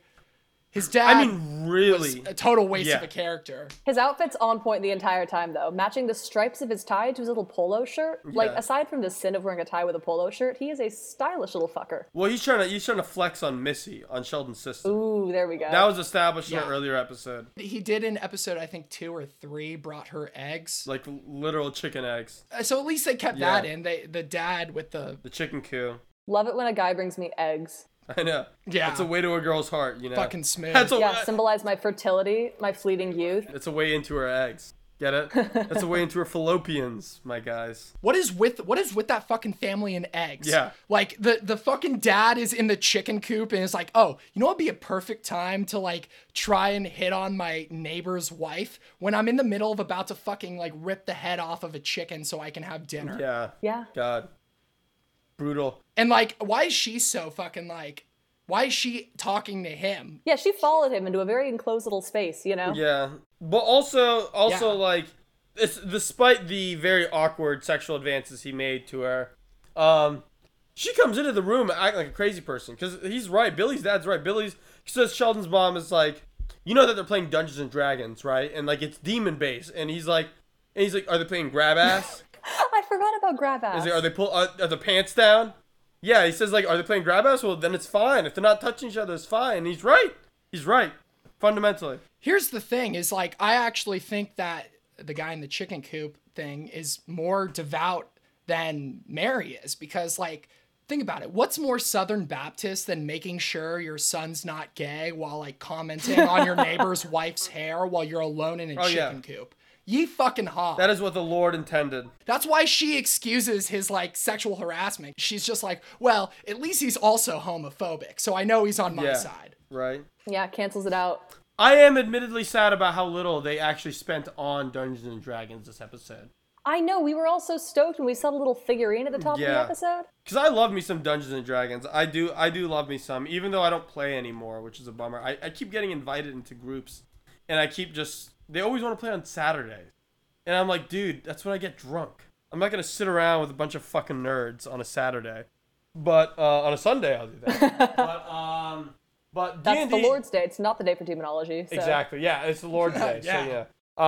[SPEAKER 1] his dad
[SPEAKER 2] I mean,
[SPEAKER 1] was uh,
[SPEAKER 2] really.
[SPEAKER 1] a total waste of
[SPEAKER 2] Yeah.
[SPEAKER 1] a character.
[SPEAKER 3] His outfit's on point the entire time, though, matching the stripes of his tie to his little polo shirt. Like,
[SPEAKER 2] Yeah.
[SPEAKER 3] aside from the sin of wearing a tie with a polo shirt, he is a stylish little fucker.
[SPEAKER 2] Well, he's trying to he's trying to flex on Missy on Sheldon's sister.
[SPEAKER 3] Ooh, there we go.
[SPEAKER 2] That was established in an
[SPEAKER 1] Yeah.
[SPEAKER 2] earlier episode.
[SPEAKER 1] He did in episode I think 2 or 3 brought her eggs.
[SPEAKER 2] Like literal chicken eggs,
[SPEAKER 1] so at least they kept
[SPEAKER 2] Yeah.
[SPEAKER 1] that in. They the dad with the
[SPEAKER 2] the chicken coup.
[SPEAKER 3] Love it when a guy brings me eggs.
[SPEAKER 2] I know.
[SPEAKER 1] Yeah.
[SPEAKER 2] It's a way to a girl's heart, you know.
[SPEAKER 1] Fucking smooth.
[SPEAKER 2] That's a,
[SPEAKER 3] Yeah, symbolize my fertility, my fleeting youth.
[SPEAKER 2] it's a way into her eggs. Get it? That's a way into her fallopians, my guys.
[SPEAKER 1] what is with what is with that fucking family and eggs?
[SPEAKER 2] Yeah.
[SPEAKER 1] Like the the fucking dad is in the chicken coop and is like, oh, you know what'd be a perfect time to like try and hit on my neighbor's wife when I'm in the middle of about to fucking like rip the head off of a chicken so I can have dinner.
[SPEAKER 2] Yeah.
[SPEAKER 3] Yeah.
[SPEAKER 2] God. Brutal.
[SPEAKER 1] And like, why is she so fucking like why is she talking to him?
[SPEAKER 3] Yeah, she followed him into a very enclosed little space, you know?
[SPEAKER 2] Yeah, but also, also
[SPEAKER 1] Yeah.
[SPEAKER 2] like, it's, despite the very awkward sexual advances he made to her, um, she comes into the room acting like a crazy person. Cause he's right, Billy's dad's right. Billy's says Sheldon's mom is like, you know that they're playing Dungeons and Dragons, right? And like it's demon based, and he's like, and he's like, are they playing grab ass?
[SPEAKER 3] I forgot about grab ass.
[SPEAKER 2] He's like, are they pull are, are the pants down? Yeah, he says like, are they playing grab ass? Well, then it's fine. If they're not touching each other, it's fine. And he's right. He's right. Fundamentally.
[SPEAKER 1] Here's the thing is like I actually think that the guy in the chicken coop thing is more devout than Mary is because like think about it what's more southern baptist than making sure your son's not gay while like commenting on your neighbor's wife's hair while you're alone in a
[SPEAKER 2] Oh, yeah.
[SPEAKER 1] chicken coop ye fucking ha
[SPEAKER 2] That is what the Lord intended.
[SPEAKER 1] that's why she excuses his like sexual harassment she's just like well at least he's also homophobic so i know he's on my
[SPEAKER 2] Yeah.
[SPEAKER 1] side
[SPEAKER 2] Right.
[SPEAKER 3] yeah, cancels it out.
[SPEAKER 2] I am admittedly sad about how little they actually spent on Dungeons and Dragons this episode.
[SPEAKER 3] I know, we were all so stoked when we saw the little figurine at the top
[SPEAKER 2] Yeah.
[SPEAKER 3] of the episode.
[SPEAKER 2] Cause I love me some Dungeons and Dragons. I do I do love me some, even though I don't play anymore, which is a bummer. I, I keep getting invited into groups and I keep just they always want to play on Saturdays. And I'm like, dude, that's when I get drunk. I'm not gonna sit around with a bunch of fucking nerds on a Saturday. But uh, on a Sunday, I'll do that. but um, but
[SPEAKER 3] That's the
[SPEAKER 2] D&D
[SPEAKER 3] Lord's Day. It's not the day for demonology. So.
[SPEAKER 2] Exactly. Yeah, it's the Lord's Day. So
[SPEAKER 1] Yeah.
[SPEAKER 2] yeah.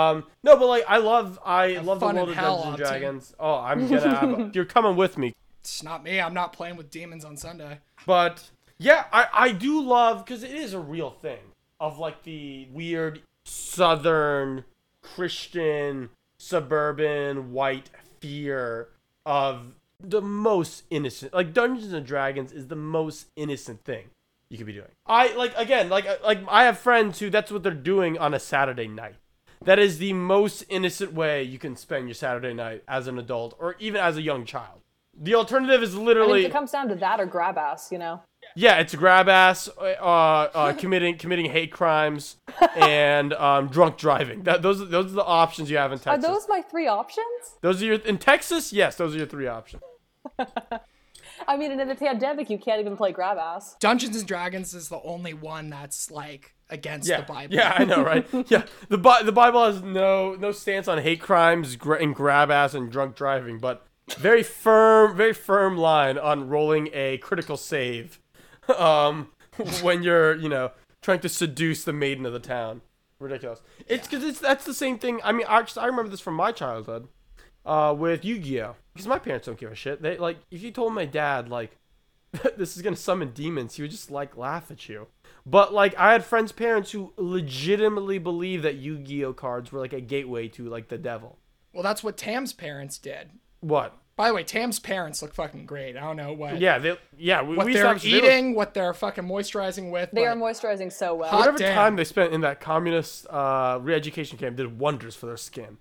[SPEAKER 2] Um, no, but like I love I love the
[SPEAKER 1] fun
[SPEAKER 2] world
[SPEAKER 1] in
[SPEAKER 2] of
[SPEAKER 1] hell,
[SPEAKER 2] Dungeons and
[SPEAKER 1] Opti.
[SPEAKER 2] Dragons. Oh, I'm gonna have you're coming with me.
[SPEAKER 1] It's not me. I'm not playing with demons on Sunday.
[SPEAKER 2] But yeah, I I do love because it is a real thing of like the weird Southern Christian suburban white fear of the most innocent. Like Dungeons and Dragons is the most innocent thing you could be doing. I like again like uh, like I have friends who that's what they're doing on a Saturday night. That is the most innocent way you can spend your Saturday night as an adult or even as a young child. The alternative is
[SPEAKER 3] I mean,
[SPEAKER 2] literally
[SPEAKER 3] if it comes down to that or grab ass, you know.
[SPEAKER 2] yeah, it's grab ass, uh, uh, committing committing hate crimes, and um, drunk driving. That, those are- those are the options you have in
[SPEAKER 3] Are
[SPEAKER 2] Texas.
[SPEAKER 3] those my three options?
[SPEAKER 2] Those are your in Texas. Yes, those are your three options.
[SPEAKER 3] I mean, in a pandemic, you can't even play grab ass.
[SPEAKER 1] Dungeons and Dragons is the only one that's like against
[SPEAKER 2] Yeah,
[SPEAKER 1] the Bible.
[SPEAKER 2] yeah, I know, right? yeah, the Bi- the Bible has no no stance on hate crimes gra- and grab ass and drunk driving, but very firm, very firm line on rolling a critical save, um, when you're you know trying to seduce the maiden of the town. Ridiculous. It's because it's that's the same thing. I mean, I, I remember this from my childhood, uh, with Yu-Gi-Oh. Because my parents don't give a shit. They like if you told my dad like this is gonna summon demons, he would just like laugh at you. But like I had friends' parents who legitimately believed that Yu-Gi-Oh cards were like a gateway to like the devil.
[SPEAKER 1] Well, that's what Tam's parents did.
[SPEAKER 2] What?
[SPEAKER 1] By the way, Tam's parents look fucking great. I don't know what
[SPEAKER 2] Yeah, they yeah, we,
[SPEAKER 1] what
[SPEAKER 2] we
[SPEAKER 1] they're
[SPEAKER 2] stopped- they were-
[SPEAKER 1] eating, what they're fucking moisturizing with.
[SPEAKER 3] They
[SPEAKER 1] but
[SPEAKER 3] are moisturizing so well.
[SPEAKER 1] Hot
[SPEAKER 2] whatever
[SPEAKER 1] damn.
[SPEAKER 2] time they spent in that communist uh re-education camp did wonders for their skin.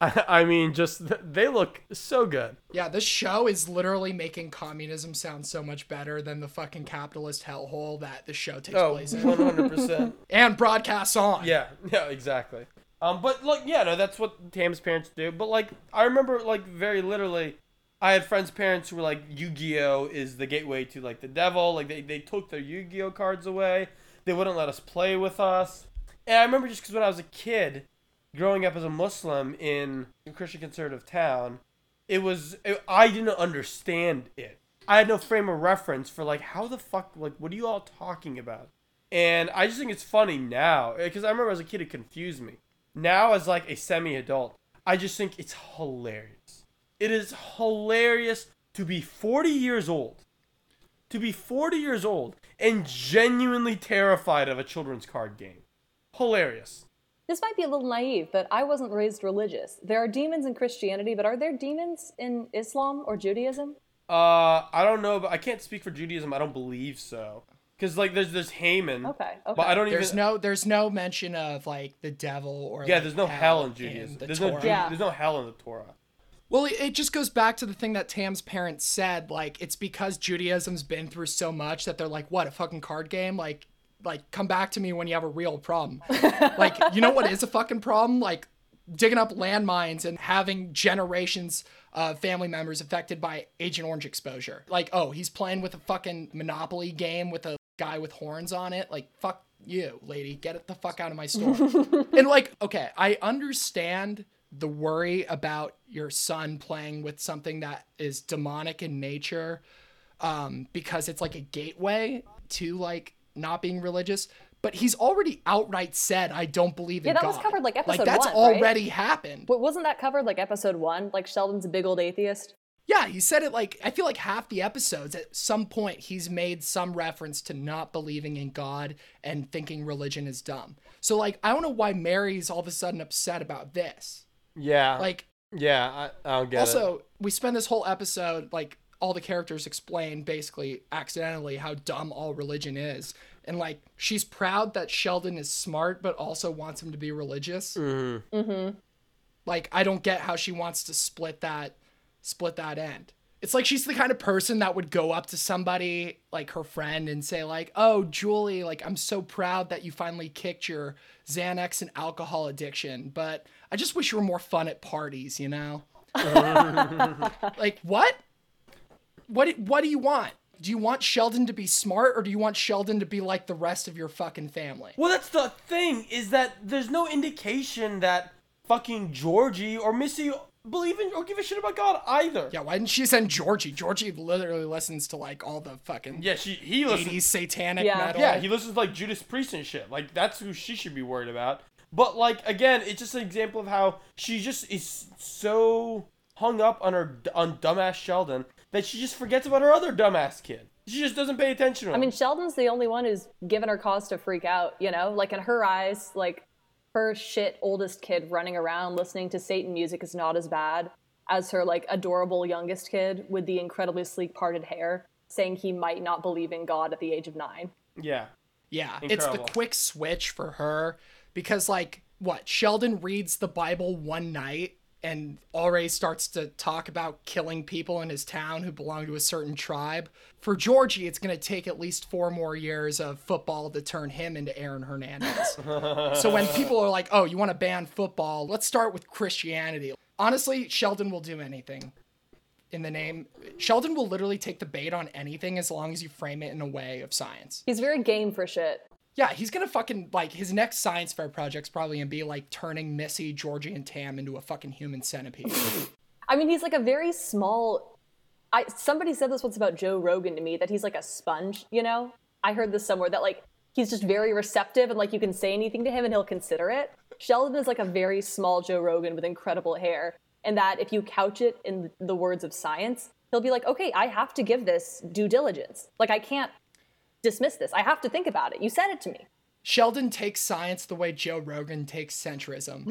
[SPEAKER 2] I, I mean just th- they look so good.
[SPEAKER 1] yeah, this show is literally making communism sound so much better than the fucking capitalist hellhole that the show takes place in
[SPEAKER 2] 100%.
[SPEAKER 1] and broadcasts on.
[SPEAKER 2] Oh. Yeah, yeah, exactly. Um, but like, yeah, no, that's what Tam's parents do. But like, I remember like very literally, I had friends' parents who were like, Yu-Gi-Oh is the gateway to like the devil. Like they they took their Yu-Gi-Oh cards away. They wouldn't let us play with us. And I remember just because when I was a kid, growing up as a Muslim in a Christian conservative town, it was it, I didn't understand it. I had no frame of reference for like how the fuck like what are you all talking about? And I just think it's funny now because I remember as a kid it confused me. Now as like a semi-adult, I just think it's hilarious. It is hilarious to be 40 years old. To be 40 years old and genuinely terrified of a children's card game. Hilarious.
[SPEAKER 3] This might be a little naive, but I wasn't raised religious. There are demons in Christianity, but are there demons in Islam or Judaism?
[SPEAKER 2] Uh, I don't know, but I can't speak for Judaism. I don't believe so. Cause like there's there's Haman.
[SPEAKER 3] Okay,
[SPEAKER 2] But I
[SPEAKER 3] okay.
[SPEAKER 2] don't even.
[SPEAKER 1] There's no there's no mention of like the devil or
[SPEAKER 2] yeah,
[SPEAKER 1] like,
[SPEAKER 2] there's no hell in Judaism.
[SPEAKER 1] the
[SPEAKER 2] there's no
[SPEAKER 1] Torah.
[SPEAKER 2] Ju-
[SPEAKER 3] Yeah.
[SPEAKER 2] there's no hell in the Torah.
[SPEAKER 1] Well, it- it just goes back to the thing that Tam's parents said. Like, it's because Judaism's been through so much that they're like, "What a fucking card game!" Like, like come back to me when you have a real problem. like, you know what is a fucking problem? Like, digging up landmines and having generations of family members affected by Agent Orange exposure. Like, oh, he's playing with a fucking Monopoly game with a guy with horns on it. Like, fuck you, lady. Get it the fuck out of my store. and like, okay, I understand the worry about your son playing with something that is demonic in nature um, because it's like a gateway to like not being religious. But he's already outright said, "I don't believe in
[SPEAKER 3] Yeah, that
[SPEAKER 1] God."
[SPEAKER 3] was covered, like, episode
[SPEAKER 1] Like that's
[SPEAKER 3] one, right?
[SPEAKER 1] already happened.
[SPEAKER 3] But wasn't that covered like episode one? Like Sheldon's a big old atheist.
[SPEAKER 1] yeah, he said it like I feel like half the episodes at some point he's made some reference to not believing in God and thinking religion is dumb. So like I don't know why Mary's all of a sudden upset about this.
[SPEAKER 2] Yeah.
[SPEAKER 1] Like
[SPEAKER 2] Yeah, I, I don't get it.
[SPEAKER 1] also we spend this whole episode like all the characters explain basically accidentally how dumb all religion is and like she's proud that sheldon is smart but also wants him to be religious mm-hmm. like i don't get how she wants to split that split that end it's like she's the kind of person that would go up to somebody like her friend and say like oh julie like i'm so proud that you finally kicked your xanax and alcohol addiction but i just wish you were more fun at parties you know like what? What what do you want? Do you want Sheldon to be smart or do you want Sheldon to be like the rest of your fucking family?
[SPEAKER 2] Well, that's the thing is that there's no indication that fucking Georgie or Missy believe in or give a shit about God either.
[SPEAKER 1] Yeah, why didn't she send Georgie? Georgie literally listens to like all the fucking
[SPEAKER 2] Yeah, she he
[SPEAKER 1] 80s
[SPEAKER 2] listens.
[SPEAKER 1] satanic
[SPEAKER 3] Yeah.
[SPEAKER 1] metal.
[SPEAKER 2] Yeah, he listens to like Judas Priest and shit. Like that's who she should be worried about. But like again, it's just an example of how she just is so hung up on her on dumbass Sheldon that she just forgets about her other dumbass kid. She just doesn't pay attention to him.
[SPEAKER 3] I mean, Sheldon's the only one who's given her cause to freak out, you know? Like, in her eyes, like, her shit oldest kid running around listening to Satan music is not as bad as her, like, adorable youngest kid with the incredibly sleek parted hair saying he might not believe in God at the age of nine.
[SPEAKER 2] yeah.
[SPEAKER 1] Yeah, it's
[SPEAKER 2] Incredible.
[SPEAKER 1] the quick switch for her because, like, what Sheldon reads the Bible one night and already starts to talk about killing people in his town who belong to a certain tribe. For Georgie, it's going to take at least four more years of football to turn him into Aaron Hernandez. so when people are like, "Oh, you want to ban football? Let's start with Christianity." Honestly, Sheldon will do anything in the name. Sheldon will literally take the bait on anything as long as you frame it in a way of science.
[SPEAKER 3] He's very game for shit.
[SPEAKER 1] Yeah, he's gonna fucking like his next science fair project's probably gonna be like turning Missy, Georgie, and Tam into a fucking human centipede.
[SPEAKER 3] I mean, he's like a very small. I somebody said this once about Joe Rogan to me that he's like a sponge. You know, I heard this somewhere that like he's just very receptive and like you can say anything to him and he'll consider it. Sheldon is like a very small Joe Rogan with incredible hair, and that if you couch it in the words of science, he'll be like, okay, I have to give this due diligence. Like I can't dismiss this. I have to think about it. You said it to me.
[SPEAKER 1] Sheldon takes science the way Joe Rogan takes centrism.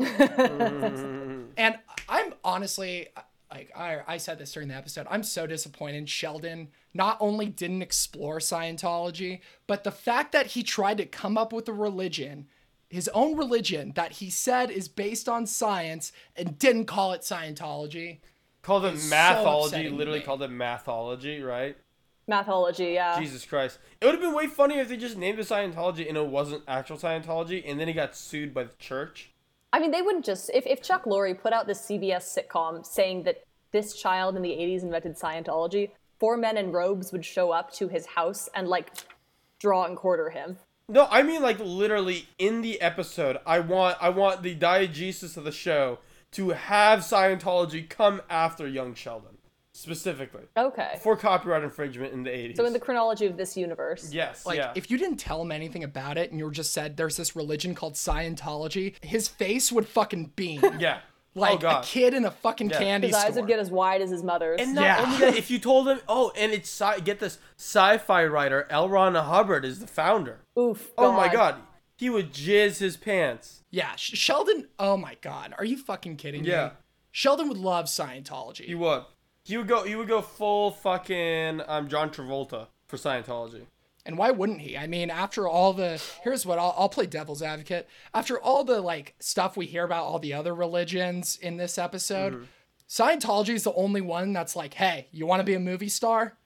[SPEAKER 1] and I'm honestly like I, I said this during the episode. I'm so disappointed Sheldon not only didn't explore Scientology, but the fact that he tried to come up with a religion, his own religion that he said is based on science and didn't call it Scientology.
[SPEAKER 2] Called it
[SPEAKER 1] so
[SPEAKER 2] mathology.
[SPEAKER 1] upsetting to
[SPEAKER 2] literally
[SPEAKER 1] me.
[SPEAKER 2] called it mathology, right?
[SPEAKER 3] Mathology, yeah.
[SPEAKER 2] Jesus Christ. It would have been way funnier if they just named it Scientology and it wasn't actual Scientology and then he got sued by the church.
[SPEAKER 3] I mean, they wouldn't just if, if Chuck Lorre put out this CBS sitcom saying that this child in the '80s invented Scientology, four men in robes would show up to his house and like draw and quarter him.
[SPEAKER 2] No, I mean like literally in the episode, I want I want the diegesis of the show to have Scientology come after young Sheldon. Specifically.
[SPEAKER 3] Okay.
[SPEAKER 2] For copyright infringement in the eighties.
[SPEAKER 3] so in the chronology of this universe,
[SPEAKER 2] Yes,
[SPEAKER 1] Like,
[SPEAKER 2] yeah.
[SPEAKER 1] if you didn't tell him anything about it and you were just said there's this religion called Scientology, his face would fucking beam.
[SPEAKER 2] yeah. oh,
[SPEAKER 1] Like a
[SPEAKER 2] God.
[SPEAKER 1] kid in a fucking
[SPEAKER 2] Yeah.
[SPEAKER 1] candy
[SPEAKER 3] his eyes
[SPEAKER 1] store.
[SPEAKER 3] would get as wide as his mother's.
[SPEAKER 2] And not
[SPEAKER 1] Yeah.
[SPEAKER 2] only that, if you told him, oh, and it's sci- get this sci-fi writer L. Ron Hubbard is the founder.
[SPEAKER 3] Oof.
[SPEAKER 2] Oh my God, he would jizz his pants.
[SPEAKER 1] yeah, Sh- Sheldon. Oh my god, are you fucking kidding me?
[SPEAKER 2] Yeah.
[SPEAKER 1] Sheldon would love Scientology.
[SPEAKER 2] He would. He would go. He would go full fucking um John Travolta for Scientology.
[SPEAKER 1] And why wouldn't he? I mean, after all the here's what I'll, I'll play devil's advocate. After all the like stuff we hear about all the other religions in this episode,
[SPEAKER 2] Mm-hmm.
[SPEAKER 1] Scientology is the only one that's like, hey, you want to be a movie star?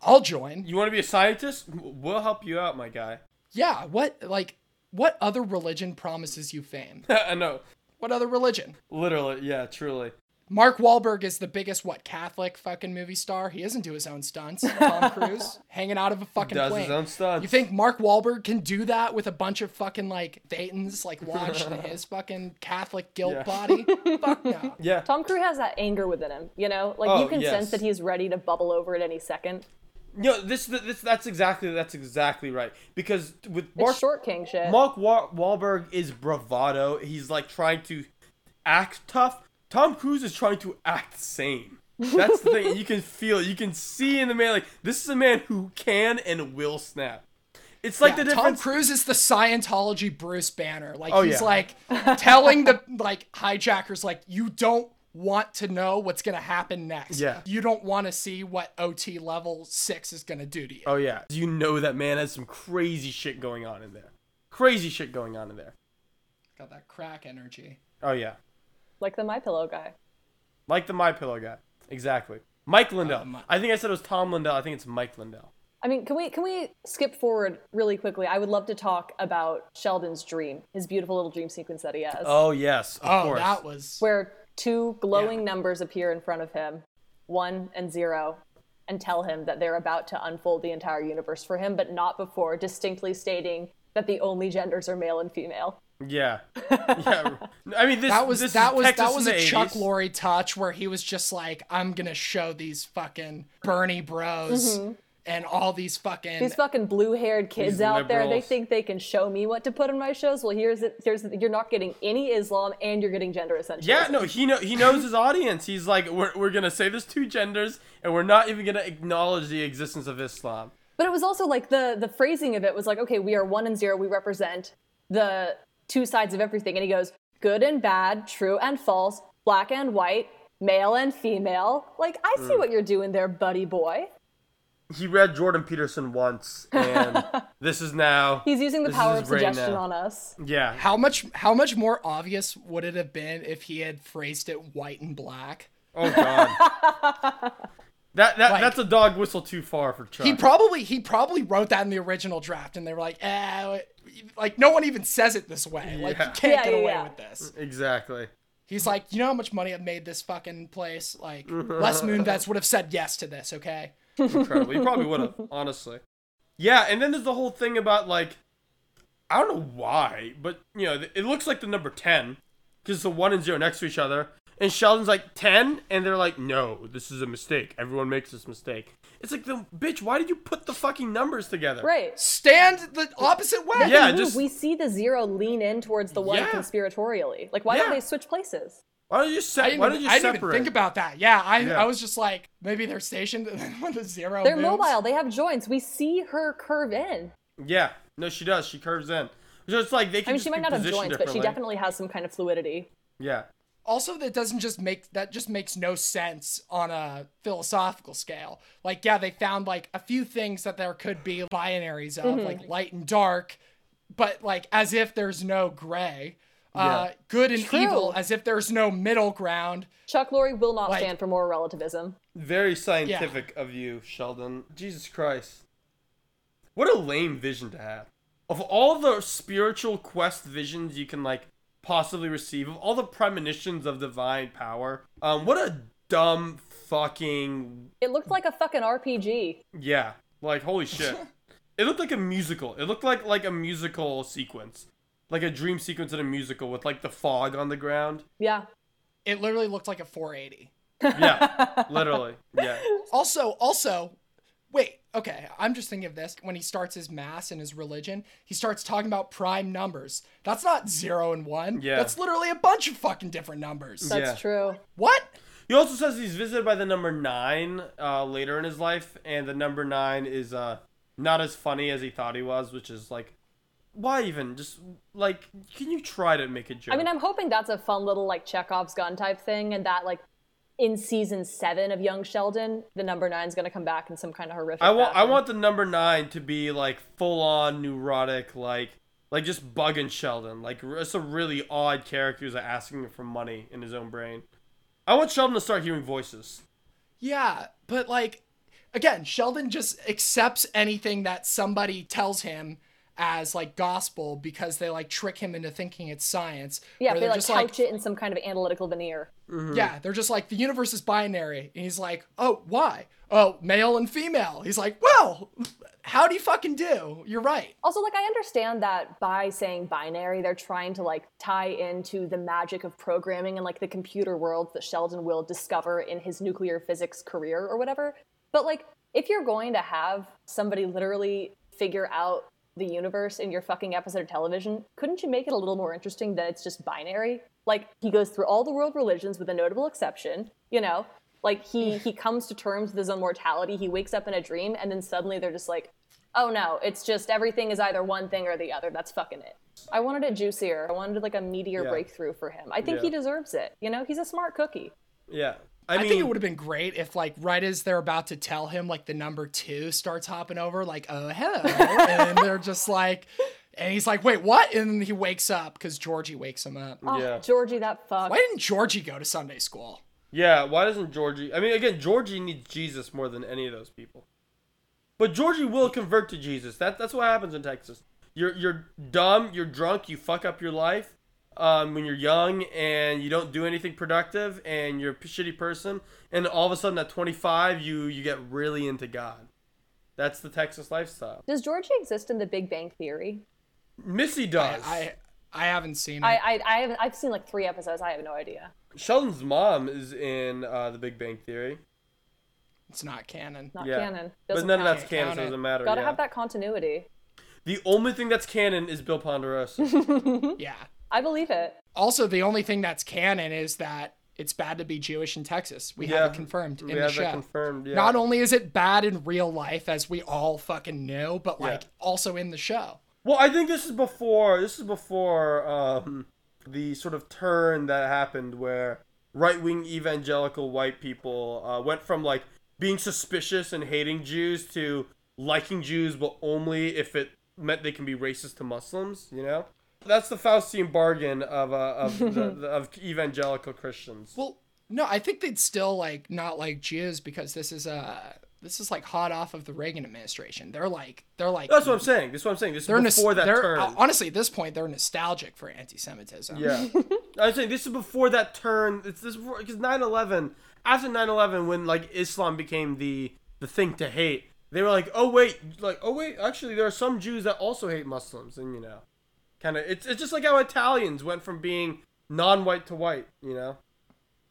[SPEAKER 1] I'll join.
[SPEAKER 2] You want to be a scientist? We'll help you out, my guy.
[SPEAKER 1] Yeah, what like what other religion promises you fame?
[SPEAKER 2] I know.
[SPEAKER 1] what other religion?
[SPEAKER 2] Literally, yeah, truly.
[SPEAKER 1] Mark Wahlberg is the biggest what Catholic fucking movie star. He doesn't do his own stunts. Tom Cruise hanging out of a fucking
[SPEAKER 2] Does
[SPEAKER 1] plane.
[SPEAKER 2] his own stunts.
[SPEAKER 1] You think Mark Wahlberg can do that with a bunch of fucking like Thetans like lodged in his fucking Catholic guilt
[SPEAKER 2] Yeah.
[SPEAKER 1] body? Fuck no.
[SPEAKER 2] Yeah.
[SPEAKER 3] Tom Cruise has that anger within him. You know, like
[SPEAKER 2] Oh,
[SPEAKER 3] you can
[SPEAKER 2] yes.
[SPEAKER 3] sense that he's ready to bubble over at any second.
[SPEAKER 2] No, this, this, that's exactly, that's exactly right. Because with
[SPEAKER 3] It's
[SPEAKER 2] Mark,
[SPEAKER 3] short king shit.
[SPEAKER 2] Mark Wa- Wahlberg is bravado. He's like trying to act tough. Tom Cruise is trying to act sane. That's the thing. You can feel, you can see in the man, like, this is a man who can and will snap. It's like
[SPEAKER 1] Yeah,
[SPEAKER 2] the
[SPEAKER 1] Tom
[SPEAKER 2] difference.
[SPEAKER 1] Cruise is the Scientology Bruce Banner. Like
[SPEAKER 2] Oh,
[SPEAKER 1] he's
[SPEAKER 2] yeah.
[SPEAKER 1] like telling the like hijackers like you don't want to know what's gonna happen next.
[SPEAKER 2] Yeah.
[SPEAKER 1] You don't want to see what OT level six is gonna do to you.
[SPEAKER 2] Oh yeah. You know that man has some crazy shit going on in there. Crazy shit going on in there.
[SPEAKER 1] Got that crack energy.
[SPEAKER 2] Oh yeah.
[SPEAKER 3] like the My Pillow guy.
[SPEAKER 2] Like the My Pillow guy. Exactly. Mike Lindell.
[SPEAKER 1] Mi-
[SPEAKER 2] I think I said it was Tom Lindell. I think it's Mike Lindell.
[SPEAKER 3] I mean, can we can we skip forward really quickly? I would love to talk about Sheldon's dream, his beautiful little dream sequence that he has,
[SPEAKER 2] Oh yes, of
[SPEAKER 1] Oh,
[SPEAKER 2] course.
[SPEAKER 1] that was
[SPEAKER 3] where two glowing numbers appear in front of him, one and zero, and tell him that they're about to unfold the entire universe for him, but not before distinctly stating that the only genders are male and female.
[SPEAKER 2] Yeah. yeah. I mean, this
[SPEAKER 1] That was
[SPEAKER 2] this
[SPEAKER 1] that
[SPEAKER 2] is
[SPEAKER 1] was
[SPEAKER 2] Texas
[SPEAKER 1] that was
[SPEAKER 2] in
[SPEAKER 1] a
[SPEAKER 2] the
[SPEAKER 1] Chuck
[SPEAKER 2] 80s.
[SPEAKER 1] Lorre touch where he was just like, I'm gonna show these fucking Bernie Bros
[SPEAKER 2] Mm-hmm.
[SPEAKER 1] and all these fucking
[SPEAKER 3] These fucking blue-haired kids
[SPEAKER 2] These
[SPEAKER 3] out there, they
[SPEAKER 2] liberals.
[SPEAKER 3] think they can show me what to put on my shows. Well, here's it. Here's you're not getting any Islam, and you're getting gender essentialism.
[SPEAKER 2] Yeah, no, he know he knows his audience. He's like, we're, we're gonna say there's two genders, and we're not even gonna acknowledge the existence of Islam.
[SPEAKER 3] But it was also like the the phrasing of it was like, okay, we are one and zero. We represent the two sides of everything. And he goes, good and bad, true and false, black and white, male and female. Like I
[SPEAKER 2] Mm.
[SPEAKER 3] see what you're doing there, buddy boy.
[SPEAKER 2] He read Jordan Peterson once, and this is now.
[SPEAKER 3] He's using the
[SPEAKER 2] this is
[SPEAKER 3] power
[SPEAKER 2] his
[SPEAKER 3] of
[SPEAKER 2] brain
[SPEAKER 3] suggestion
[SPEAKER 2] now.
[SPEAKER 3] on us.
[SPEAKER 2] Yeah,
[SPEAKER 1] how much how much more obvious would it have been if he had phrased it white and black?
[SPEAKER 2] Oh god. that that
[SPEAKER 1] Like-
[SPEAKER 2] that's a dog whistle too far for Chuck.
[SPEAKER 1] He probably he probably wrote that in the original draft, and they were like, eh, like no one even says it this way. Like you
[SPEAKER 2] Yeah.
[SPEAKER 1] can't
[SPEAKER 3] Yeah,
[SPEAKER 1] get
[SPEAKER 3] yeah,
[SPEAKER 1] away
[SPEAKER 3] yeah.
[SPEAKER 1] with this.
[SPEAKER 2] exactly.
[SPEAKER 1] He's like, you know how much money I've made this fucking place. Like Les Moonves would have said yes to this. Okay,
[SPEAKER 2] Incredible. He probably would have, honestly. Yeah, and then there's the whole thing about like I don't know why, but you know, it looks like the number 10 cuz the 1 and 0 next to each other. And Sheldon's like 10 and they're like, "No, this is a mistake. Everyone makes this mistake." It's like, the "Bitch, why did you put the fucking numbers together?"
[SPEAKER 3] Right.
[SPEAKER 1] stand the opposite way.
[SPEAKER 2] Yeah,
[SPEAKER 3] Ooh,
[SPEAKER 2] just
[SPEAKER 3] we see the zero lean in towards the one
[SPEAKER 2] Yeah.
[SPEAKER 3] conspiratorially. Like why don't
[SPEAKER 2] Yeah.
[SPEAKER 3] they switch places?
[SPEAKER 2] why don't you
[SPEAKER 1] I
[SPEAKER 2] se-
[SPEAKER 1] didn't,
[SPEAKER 2] why
[SPEAKER 1] even-
[SPEAKER 2] don't you
[SPEAKER 1] I didn't even
[SPEAKER 2] separate?
[SPEAKER 1] think about that. Yeah, I,
[SPEAKER 2] Yeah.
[SPEAKER 1] I was just like, maybe they're stationed and then when the zero.
[SPEAKER 3] They're
[SPEAKER 1] moves-
[SPEAKER 3] mobile. They have joints. We see her curve in.
[SPEAKER 2] yeah. No, she does. She curves in. So it's like they can
[SPEAKER 3] I mean,
[SPEAKER 2] just
[SPEAKER 3] she might
[SPEAKER 2] be
[SPEAKER 3] not have
[SPEAKER 2] positioned
[SPEAKER 3] joints, but she
[SPEAKER 2] differently.
[SPEAKER 3] definitely has some kind of fluidity.
[SPEAKER 2] Yeah.
[SPEAKER 1] Also, that doesn't just make that just makes no sense on a philosophical scale. Like, yeah, they found like a few things that there could be binaries of, like light and dark, but like as if there's no gray, uh,
[SPEAKER 2] Yeah.
[SPEAKER 1] good and
[SPEAKER 3] True.
[SPEAKER 1] evil, as if there's no middle ground.
[SPEAKER 3] Chuck Lorre will not
[SPEAKER 1] Like-
[SPEAKER 3] stand for moral relativism.
[SPEAKER 2] Very scientific of you, Sheldon. Jesus Christ. What a lame vision to have. Of all the spiritual quest visions you can like possibly receive, of all the premonitions of divine power, um, what a dumb fucking
[SPEAKER 3] It looked like a fucking RPG.
[SPEAKER 2] yeah. Like holy shit. it looked like a musical. It looked like like a musical sequence. Like a dream sequence in a musical with like the fog on the ground.
[SPEAKER 3] Yeah.
[SPEAKER 1] It literally looked like a 480.
[SPEAKER 2] Yeah. literally. Yeah.
[SPEAKER 1] Also, also, wait. Okay, I'm just thinking of this. When he starts his mass and his religion, he starts talking about prime numbers. That's not zero and one.
[SPEAKER 2] Yeah.
[SPEAKER 1] That's literally a bunch of fucking different numbers.
[SPEAKER 2] Yeah.
[SPEAKER 3] That's true.
[SPEAKER 1] What?
[SPEAKER 2] He also says he's visited by the number nine uh, later in his life, and the number nine is uh, not as funny as he thought he was, which is like, why even? Just like, can you try to make a joke?
[SPEAKER 3] I mean, I'm hoping that's a fun little like Chekhov's gun type thing, and that like in season seven of Young Sheldon, the number nine's gonna come back in some kind of horrific.
[SPEAKER 2] I want I
[SPEAKER 3] fashion.
[SPEAKER 2] want the number nine to be like full on neurotic, like like just bugging Sheldon, like r- it's a really odd character who's asking for money in his own brain. I want Sheldon to start hearing voices.
[SPEAKER 1] Yeah, but like, again, Sheldon just accepts anything that somebody tells him as like gospel because they like trick him into thinking it's science.
[SPEAKER 3] Yeah,
[SPEAKER 1] where
[SPEAKER 3] if they
[SPEAKER 1] they're
[SPEAKER 3] like
[SPEAKER 1] just
[SPEAKER 3] couch it in some kind of analytical veneer.
[SPEAKER 1] Yeah, they're just like the universe is binary, and he's like, "Oh, why? Oh, male and female." He's like, "Well, how do you fucking do? You're right."
[SPEAKER 3] Also, like I understand that by saying binary, they're trying to like tie into the magic of programming and like the computer world that Sheldon will discover in his nuclear physics career or whatever. But like, if you're going to have somebody literally figure out the universe in your fucking episode of television, couldn't you make it a little more interesting that it's just binary? Like he goes through all the world religions with a notable exception, you know? Like he he comes to terms with his own mortality, he wakes up in a dream and then suddenly they're just like oh no, it's just everything is either one thing or the other. That's fucking it. I wanted it juicier. I wanted like a meteor
[SPEAKER 2] Yeah.
[SPEAKER 3] breakthrough for him. I think
[SPEAKER 2] Yeah.
[SPEAKER 3] he deserves it. You know, he's a smart cookie.
[SPEAKER 2] Yeah, I,
[SPEAKER 1] I
[SPEAKER 2] mean,
[SPEAKER 1] think it would have been great if, like, right as they're about to tell him, like, the number two starts hopping over, like, "Oh, hello," and they're just like, and he's like, "Wait, what?" And then he wakes up because Georgie wakes him up.
[SPEAKER 3] Oh,
[SPEAKER 2] Yeah.
[SPEAKER 3] Georgie, that fuck.
[SPEAKER 1] Why didn't Georgie go to Sunday school?
[SPEAKER 2] Yeah, why doesn't Georgie? I mean, again, Georgie needs Jesus more than any of those people. But Georgie will convert to Jesus. That that's what happens in Texas. You're you're dumb, you're drunk, you fuck up your life um, when you're young, and you don't do anything productive, and you're a shitty person. And all of a sudden, at 25, you you get really into God. That's the Texas lifestyle.
[SPEAKER 3] Does Georgie exist in the Big Bang Theory?
[SPEAKER 2] Missy does.
[SPEAKER 1] I I haven't
[SPEAKER 2] Mm.
[SPEAKER 1] seen it.
[SPEAKER 3] I, I, I haven't, I've seen like three episodes. I have no idea.
[SPEAKER 2] Sheldon's mom is in uh, The Big Bang Theory.
[SPEAKER 1] it's not canon.
[SPEAKER 3] Not
[SPEAKER 2] Yeah.
[SPEAKER 3] canon.
[SPEAKER 2] but
[SPEAKER 3] Doesn't
[SPEAKER 2] none
[SPEAKER 3] count.
[SPEAKER 2] of that's canon,
[SPEAKER 1] Count
[SPEAKER 2] so it
[SPEAKER 1] it.
[SPEAKER 2] doesn't matter.
[SPEAKER 3] Gotta
[SPEAKER 2] yeah.
[SPEAKER 3] have that continuity.
[SPEAKER 2] The only thing that's canon is Bill Ponderosa.
[SPEAKER 1] Yeah.
[SPEAKER 3] I believe it.
[SPEAKER 1] Also, the only thing that's canon is that it's bad to be Jewish in Texas. We
[SPEAKER 2] Yeah,
[SPEAKER 1] have it confirmed in
[SPEAKER 2] we
[SPEAKER 1] the
[SPEAKER 2] have
[SPEAKER 1] show.
[SPEAKER 2] that confirmed. Yeah.
[SPEAKER 1] Not only is it bad in real life, as we all fucking know, but like
[SPEAKER 2] Yeah.
[SPEAKER 1] also in the show.
[SPEAKER 2] Well, I think this is before this is before um, the sort of turn that happened where right-wing evangelical white people uh, went from like being suspicious and hating Jews to liking Jews, but only if it meant they can be racist to Muslims. You know, that's the Faustian bargain of uh, of the, the, of evangelical Christians.
[SPEAKER 1] Well, no, I think they'd still like not like Jews because this is uh this is like hot off of the Reagan administration. They're like they're like
[SPEAKER 2] That's what I'm saying. That's what I'm saying. This
[SPEAKER 1] they're
[SPEAKER 2] is before
[SPEAKER 1] nos-
[SPEAKER 2] that
[SPEAKER 1] they're-
[SPEAKER 2] turn.
[SPEAKER 1] uh, honestly at this point they're nostalgic for anti-Semitism.
[SPEAKER 2] Yeah. I was saying this is before that turn. It's this because 9/11 after 9/11 when like Islam became the the thing to hate. They were like, "Oh wait, like oh wait, actually there are some Jews that also hate Muslims." And you know, kind of it's it's just like how Italians went from being non-white to white, you know.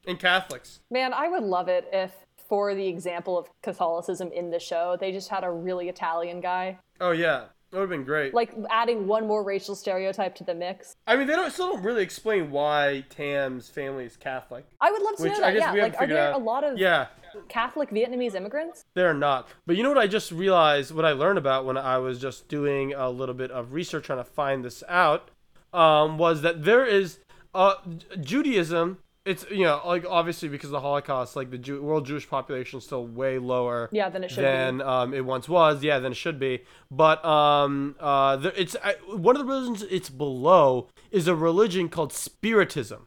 [SPEAKER 2] And Catholics.
[SPEAKER 3] Man, I would love it if, for the example of Catholicism in the show, they just had a really Italian guy.
[SPEAKER 2] Oh yeah. That would have been great.
[SPEAKER 3] Like adding one more racial stereotype to the mix.
[SPEAKER 2] I mean, they don't still don't really explain why Tam's family is Catholic,
[SPEAKER 3] I would love to
[SPEAKER 2] which
[SPEAKER 3] know
[SPEAKER 2] I
[SPEAKER 3] that.
[SPEAKER 2] guess
[SPEAKER 3] Yeah,
[SPEAKER 2] we haven't
[SPEAKER 3] like are
[SPEAKER 2] figured
[SPEAKER 3] there
[SPEAKER 2] out.
[SPEAKER 3] a lot of
[SPEAKER 2] yeah,
[SPEAKER 3] Catholic Vietnamese immigrants?
[SPEAKER 2] They're not. But you know what I just realized, what I learned about when I was just doing a little bit of research trying to find this out, um, was that there is uh, J- Judaism. It's you know like obviously because of the Holocaust, like the Jew- world Jewish population is still way lower
[SPEAKER 3] Yeah, than it should
[SPEAKER 2] than um, it once was. Yeah, than it should be. But um, uh, there, it's I, one of the reasons it's below is a religion called Spiritism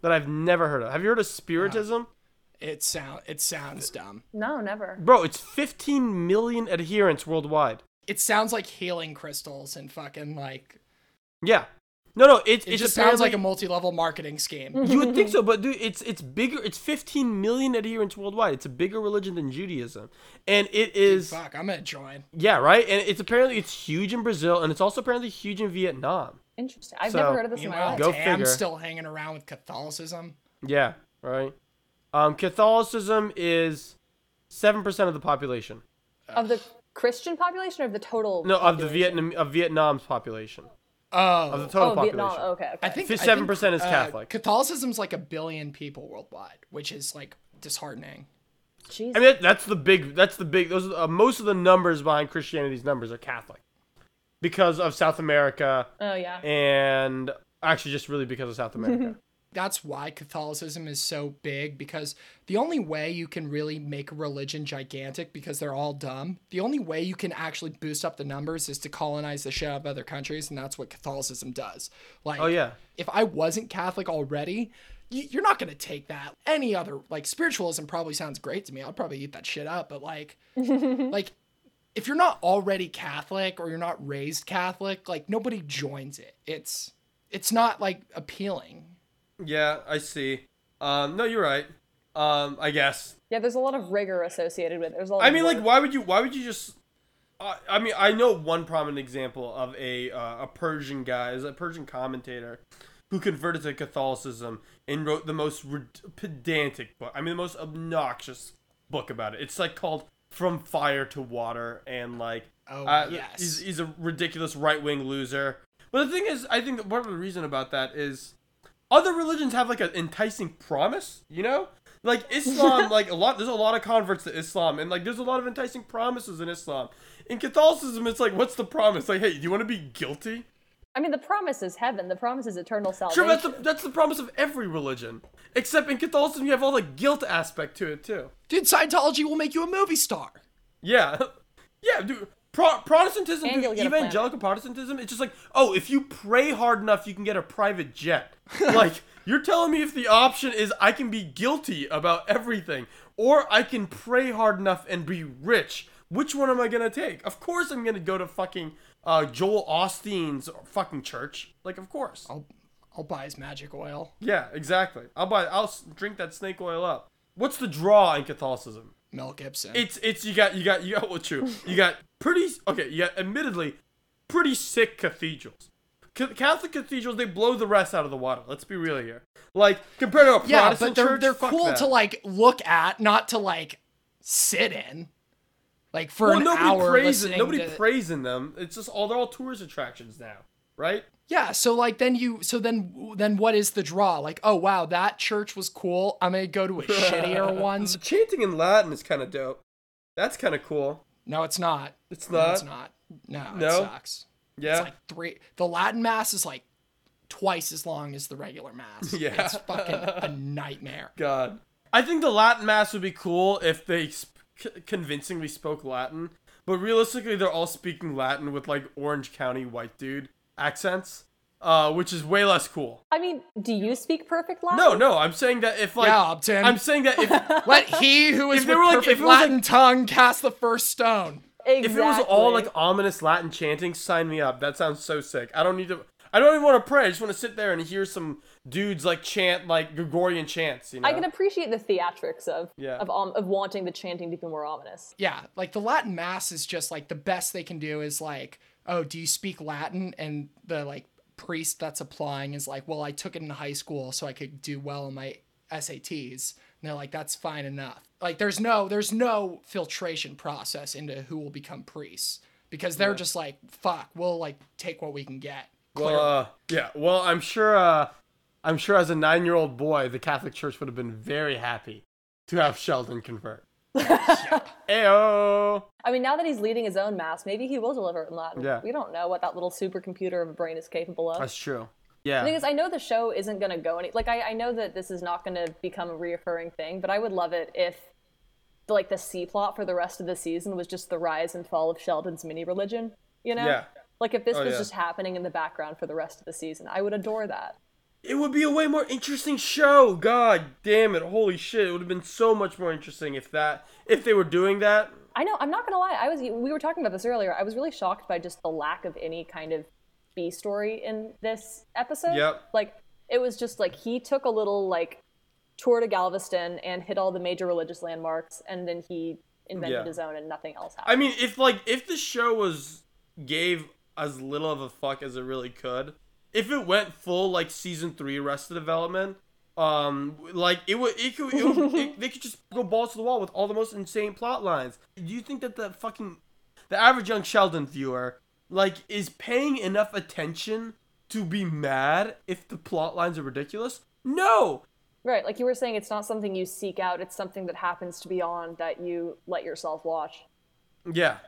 [SPEAKER 2] that I've never heard of. Have you heard of Spiritism?
[SPEAKER 1] It sound it sounds dumb.
[SPEAKER 3] be. No, never.
[SPEAKER 2] Bro, it's 15 million adherents worldwide.
[SPEAKER 1] It sounds like healing crystals and fucking like
[SPEAKER 2] Yeah. No, no, it's
[SPEAKER 1] it
[SPEAKER 2] it's
[SPEAKER 1] just sounds like a
[SPEAKER 2] apparently- Mm.
[SPEAKER 1] multi-level marketing scheme.
[SPEAKER 2] you would think so, but dude, it's it's bigger. It's 15 million adherents worldwide. It's a bigger religion than Judaism, and it is
[SPEAKER 1] Fuck, I'm gonna join.
[SPEAKER 2] yeah, right. And it's apparently it's huge in Brazil, and it's also apparently huge in Vietnam.
[SPEAKER 3] Interesting. I've
[SPEAKER 2] So-
[SPEAKER 3] never heard of this in my
[SPEAKER 1] Meanwhile,
[SPEAKER 3] life.
[SPEAKER 2] Go
[SPEAKER 1] Tam's
[SPEAKER 2] figure.
[SPEAKER 1] still hanging around with Catholicism.
[SPEAKER 2] Yeah, right. Um, Catholicism is seven percent of the population.
[SPEAKER 3] Of the Christian population or of the total?
[SPEAKER 2] No, of the
[SPEAKER 3] population?
[SPEAKER 2] Vietnam of Vietnam's population of
[SPEAKER 1] Oh,
[SPEAKER 2] the total
[SPEAKER 3] oh,
[SPEAKER 2] population.
[SPEAKER 3] Vietnam. Okay, okay.
[SPEAKER 1] I think I think,
[SPEAKER 2] 57% is Catholic.
[SPEAKER 1] Catholicism's like a billion people worldwide, which is like disheartening.
[SPEAKER 3] Jesus.
[SPEAKER 2] I mean, that- that's the big. That's the big. Those are, uh, most of the numbers behind Christianity's numbers are Catholic, because of South America
[SPEAKER 3] oh yeah.
[SPEAKER 2] and actually just really because of South America.
[SPEAKER 1] That's why Catholicism is so big because the only way you can really make a religion gigantic because they're all dumb, the only way you can actually boost up the numbers is to colonize the shit out of other countries, and that's what Catholicism does. Like,
[SPEAKER 2] oh yeah,
[SPEAKER 1] if I wasn't Catholic already, y- you're not gonna take that. Any other like spiritualism probably sounds great to me. I'll probably eat that shit up. But like, like if you're not already Catholic or you're not raised Catholic, like nobody joins it. It's it's not like appealing.
[SPEAKER 2] yeah. I see. Um, no, you're right. Um, I guess.
[SPEAKER 3] Yeah, there's a lot of rigor associated with it. There's a lot
[SPEAKER 2] I
[SPEAKER 3] of
[SPEAKER 2] mean,
[SPEAKER 3] work.
[SPEAKER 2] like, why would you? Why would you just? I I mean, I know one prominent example of a uh, a Persian guy, is a Persian commentator, who converted to Catholicism and wrote the most re- pedantic book. I mean, the most obnoxious book about it. It's like called "From Fire to Water," and like, uh,
[SPEAKER 1] Oh, yes.
[SPEAKER 2] he's, he's a ridiculous right wing loser. But the thing is, I think that part of the reason about that is other religions have like an enticing promise, you know? Like Islam, like a lot, there's a lot of converts to Islam, and like there's a lot of enticing promises in Islam. In Catholicism, it's like, what's the promise? Like, hey, do you want to be guilty?
[SPEAKER 3] I mean, the promise is heaven. The promise is eternal salvation.
[SPEAKER 2] Sure, that's the that's the promise of every religion, except in Catholicism, you have all the guilt aspect to it too.
[SPEAKER 1] Dude, Scientology will make you a movie star.
[SPEAKER 2] Yeah, yeah, dude. Pro- Protestantism,
[SPEAKER 3] And you'll
[SPEAKER 2] dude,
[SPEAKER 3] get a planet.
[SPEAKER 2] evangelical Protestantism, it's just like, oh, if you pray hard enough, you can get a private jet. like, you're telling me if the option is I can be guilty about everything, or I can pray hard enough and be rich. Which one am I gonna take? Of course, I'm gonna go to fucking uh, Joel Osteen's fucking church. Like, of course.
[SPEAKER 1] I'll I'll buy his magic oil.
[SPEAKER 2] Yeah, exactly. I'll buy. I'll s- drink that snake oil up. What's the draw in Catholicism?
[SPEAKER 1] Mel Gibson.
[SPEAKER 2] it's it's you got you got you got well true you got pretty okay you got admittedly pretty sick cathedrals C- Catholic cathedrals, they blow the rest out of the water. Let's be real here. Like compared to a
[SPEAKER 1] Yeah,
[SPEAKER 2] Protestant
[SPEAKER 1] but they're
[SPEAKER 2] church,
[SPEAKER 1] they're
[SPEAKER 2] fuck
[SPEAKER 1] cool
[SPEAKER 2] that.
[SPEAKER 1] to like look at, not to like sit in. Like for
[SPEAKER 2] Well,
[SPEAKER 1] an
[SPEAKER 2] nobody
[SPEAKER 1] hour
[SPEAKER 2] praising
[SPEAKER 1] listening
[SPEAKER 2] nobody
[SPEAKER 1] to-
[SPEAKER 2] praising them. It's just all they're all tourist attractions now, right?
[SPEAKER 1] Yeah, so like then you so then then what is the draw? Like, oh wow, that church was cool. I'm gonna go to a shittier ones.
[SPEAKER 2] The chanting in Latin is kind of dope. That's kind of cool.
[SPEAKER 1] No, it's not.
[SPEAKER 2] It's
[SPEAKER 1] No,
[SPEAKER 2] not.
[SPEAKER 1] it's not. No,
[SPEAKER 2] No?
[SPEAKER 1] it sucks.
[SPEAKER 2] Yeah.
[SPEAKER 1] It's like three the Latin mass is like twice as long as the regular mass.
[SPEAKER 2] Yeah.
[SPEAKER 1] It's fucking a nightmare.
[SPEAKER 2] God. I think the Latin Mass would be cool if they sp- c- convincingly spoke Latin, but realistically, they're all speaking Latin with like Orange County white dude accents, uh, which is way less cool.
[SPEAKER 3] I mean, do you speak perfect Latin?
[SPEAKER 2] No, no, I'm saying that if like
[SPEAKER 1] Yeah, Upton.
[SPEAKER 2] I'm saying that if
[SPEAKER 1] Let he who is with
[SPEAKER 2] If they were like- if
[SPEAKER 1] perfect
[SPEAKER 2] it was like-
[SPEAKER 1] Latin tongue cast the first stone.
[SPEAKER 3] exactly.
[SPEAKER 2] if it was all like ominous Latin chanting, sign me up. That sounds so sick. I don't need to. I don't even want to pray. I just want to sit there and hear some dudes like chant like Gregorian chants. You know.
[SPEAKER 3] I can appreciate the theatrics of
[SPEAKER 2] Yeah.
[SPEAKER 3] of um, of wanting the chanting to be more ominous.
[SPEAKER 1] Yeah, like the Latin mass is just like the best they can do is like, oh, do you speak Latin? And the like priest that's applying is like, well, I took it in high school so I could do well in my SATs. And they're like, that's fine enough. Like there's no there's no filtration process into who will become priests because they're just like, fuck, we'll like take what we can get.
[SPEAKER 2] Well, uh, yeah. Well, I'm sure. Uh, I'm sure as a nine-year-old boy, the Catholic Church would have been very happy to have Sheldon convert. Ayo.
[SPEAKER 3] I mean, now that he's leading his own mass, maybe he will deliver it in Latin.
[SPEAKER 2] Yeah.
[SPEAKER 3] We don't know what that little supercomputer of a brain is capable of.
[SPEAKER 2] That's true.
[SPEAKER 3] The
[SPEAKER 2] Yeah.
[SPEAKER 3] thing is, I know the show isn't going to go any. Like, I, I know that this is not going to become a reoccurring thing, but I would love it if, like, the C plot for the rest of the season was just the rise and fall of Sheldon's mini religion. You know,
[SPEAKER 2] Yeah.
[SPEAKER 3] like if this
[SPEAKER 2] Oh,
[SPEAKER 3] was
[SPEAKER 2] yeah.
[SPEAKER 3] just happening in the background for the rest of the season, I would adore that.
[SPEAKER 2] It would be a way more interesting show. God damn it. Holy shit. It would have been so much more interesting if that if they were doing that.
[SPEAKER 3] I know. I'm not gonna lie. I was. We were talking about this earlier. I was really shocked by just the lack of any kind of B story in this episode.
[SPEAKER 2] Yep.
[SPEAKER 3] Like it was just like he took a little like tour to Galveston and hit all the major religious landmarks, and then he invented
[SPEAKER 2] Yeah.
[SPEAKER 3] his own, and nothing else happened.
[SPEAKER 2] I mean, if like if the show was gave as little of a fuck as it really could, if it went full like season three Arrested Development, um, like it would it could, it would it, they could just go balls to the wall with all the most insane plot lines. Do you think that the fucking the average young Sheldon viewer like is paying enough attention to be mad if the plot lines are ridiculous? No,
[SPEAKER 3] right. Like you were saying, it's not something you seek out. It's something that happens to be on that you let yourself watch.
[SPEAKER 2] yeah,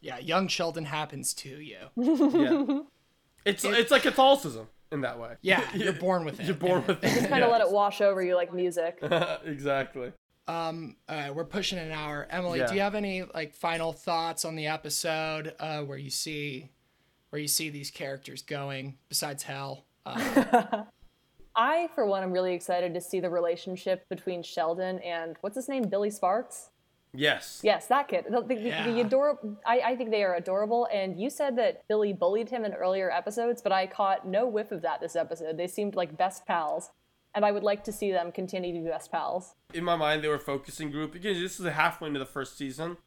[SPEAKER 1] Yeah, young Sheldon happens to you.
[SPEAKER 2] yeah, it's it's like Catholicism in that way.
[SPEAKER 1] Yeah, you're born with it.
[SPEAKER 2] You're born with it.
[SPEAKER 3] Kind of let it wash over you like music.
[SPEAKER 2] exactly.
[SPEAKER 1] All right, Uh, we're pushing an hour. Emily,
[SPEAKER 2] Yeah.
[SPEAKER 1] do you have any like final thoughts on the episode uh, where you see where you see these characters going besides hell?
[SPEAKER 3] I, for one, am really excited to see the relationship between Sheldon and what's his name, Billy Sparks.
[SPEAKER 2] Yes.
[SPEAKER 3] Yes, that kid. The, the, the
[SPEAKER 1] Yeah.
[SPEAKER 3] adorable. I, I think they are adorable. And you said that Billy bullied him in earlier episodes, but I caught no whiff of that this episode. They seemed like best pals, and I would like to see them continue to be best pals.
[SPEAKER 2] In my mind, they were focusing group because this is halfway into the first season,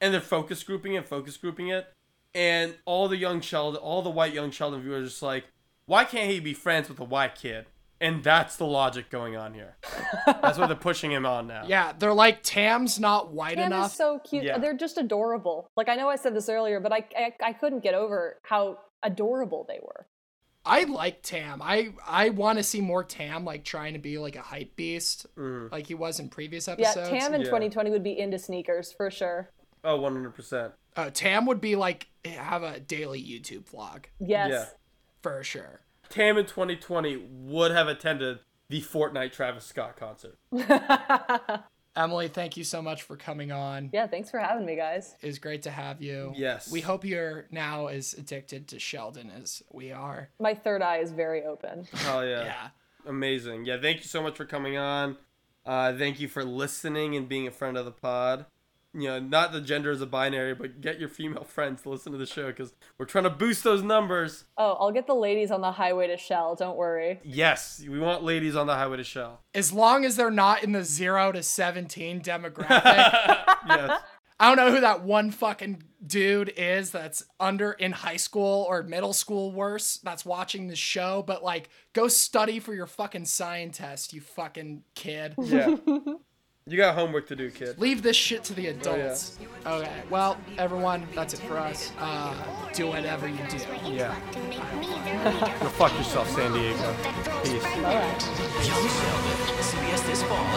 [SPEAKER 2] and they're focus grouping and focus grouping it, and all the young Sheldon, all the white young Sheldon viewers, are just like, why can't he be friends with a white kid? And that's the logic going on here. that's what they're pushing him on now.
[SPEAKER 1] Yeah, they're like Tam's not white
[SPEAKER 3] Cam
[SPEAKER 1] enough.
[SPEAKER 3] is so cute.
[SPEAKER 2] Yeah.
[SPEAKER 3] They're just adorable. Like I know I said this earlier, but I, I I couldn't get over how adorable they were.
[SPEAKER 1] I like Tam. I I want to see more Tam like trying to be like a hype beast like he was in previous
[SPEAKER 3] Yeah,
[SPEAKER 1] episodes.
[SPEAKER 3] Tam in
[SPEAKER 2] Yeah.
[SPEAKER 3] 2020 would be into sneakers for sure.
[SPEAKER 2] Oh, 100%.
[SPEAKER 1] uh, Tam would be like have a daily YouTube vlog
[SPEAKER 3] Yes.
[SPEAKER 2] Yeah.
[SPEAKER 1] for sure.
[SPEAKER 2] Tam in 2020 would have attended the Fortnite Travis Scott concert.
[SPEAKER 1] Emily, thank you so much for coming on.
[SPEAKER 3] Yeah, thanks for having me, guys.
[SPEAKER 1] It was great to have you.
[SPEAKER 2] Yes.
[SPEAKER 1] We hope you're now as addicted to Sheldon as we are.
[SPEAKER 3] My third eye is very open.
[SPEAKER 2] Hell
[SPEAKER 1] Yeah.
[SPEAKER 2] Amazing. Yeah, thank you so much for coming on. Uh, thank you for listening and being a friend of the pod. You know, not the gender is a binary, but get your female friends to listen to the show because we're trying to boost those numbers.
[SPEAKER 3] Oh, I'll get the ladies on the highway to Shell. Don't worry.
[SPEAKER 2] Yes, we want ladies on the highway to shell.
[SPEAKER 1] As long as they're not in the 0 to 17 demographic.
[SPEAKER 2] Yes.
[SPEAKER 1] I don't know who that one fucking dude is that's under in high school or middle school worse that's watching the show but like go study for your fucking science test you fucking kid
[SPEAKER 2] Yeah. you got homework to do, kid.
[SPEAKER 1] leave this shit to the adults okay well everyone that's it for us uh, do whatever you do
[SPEAKER 5] my
[SPEAKER 2] Yeah.
[SPEAKER 5] intellect and make me their leader.
[SPEAKER 2] Go fuck yourself, San Diego.
[SPEAKER 5] That girl's
[SPEAKER 2] Peace.
[SPEAKER 5] pregnant.
[SPEAKER 4] Young Sheldon, CBS this fall.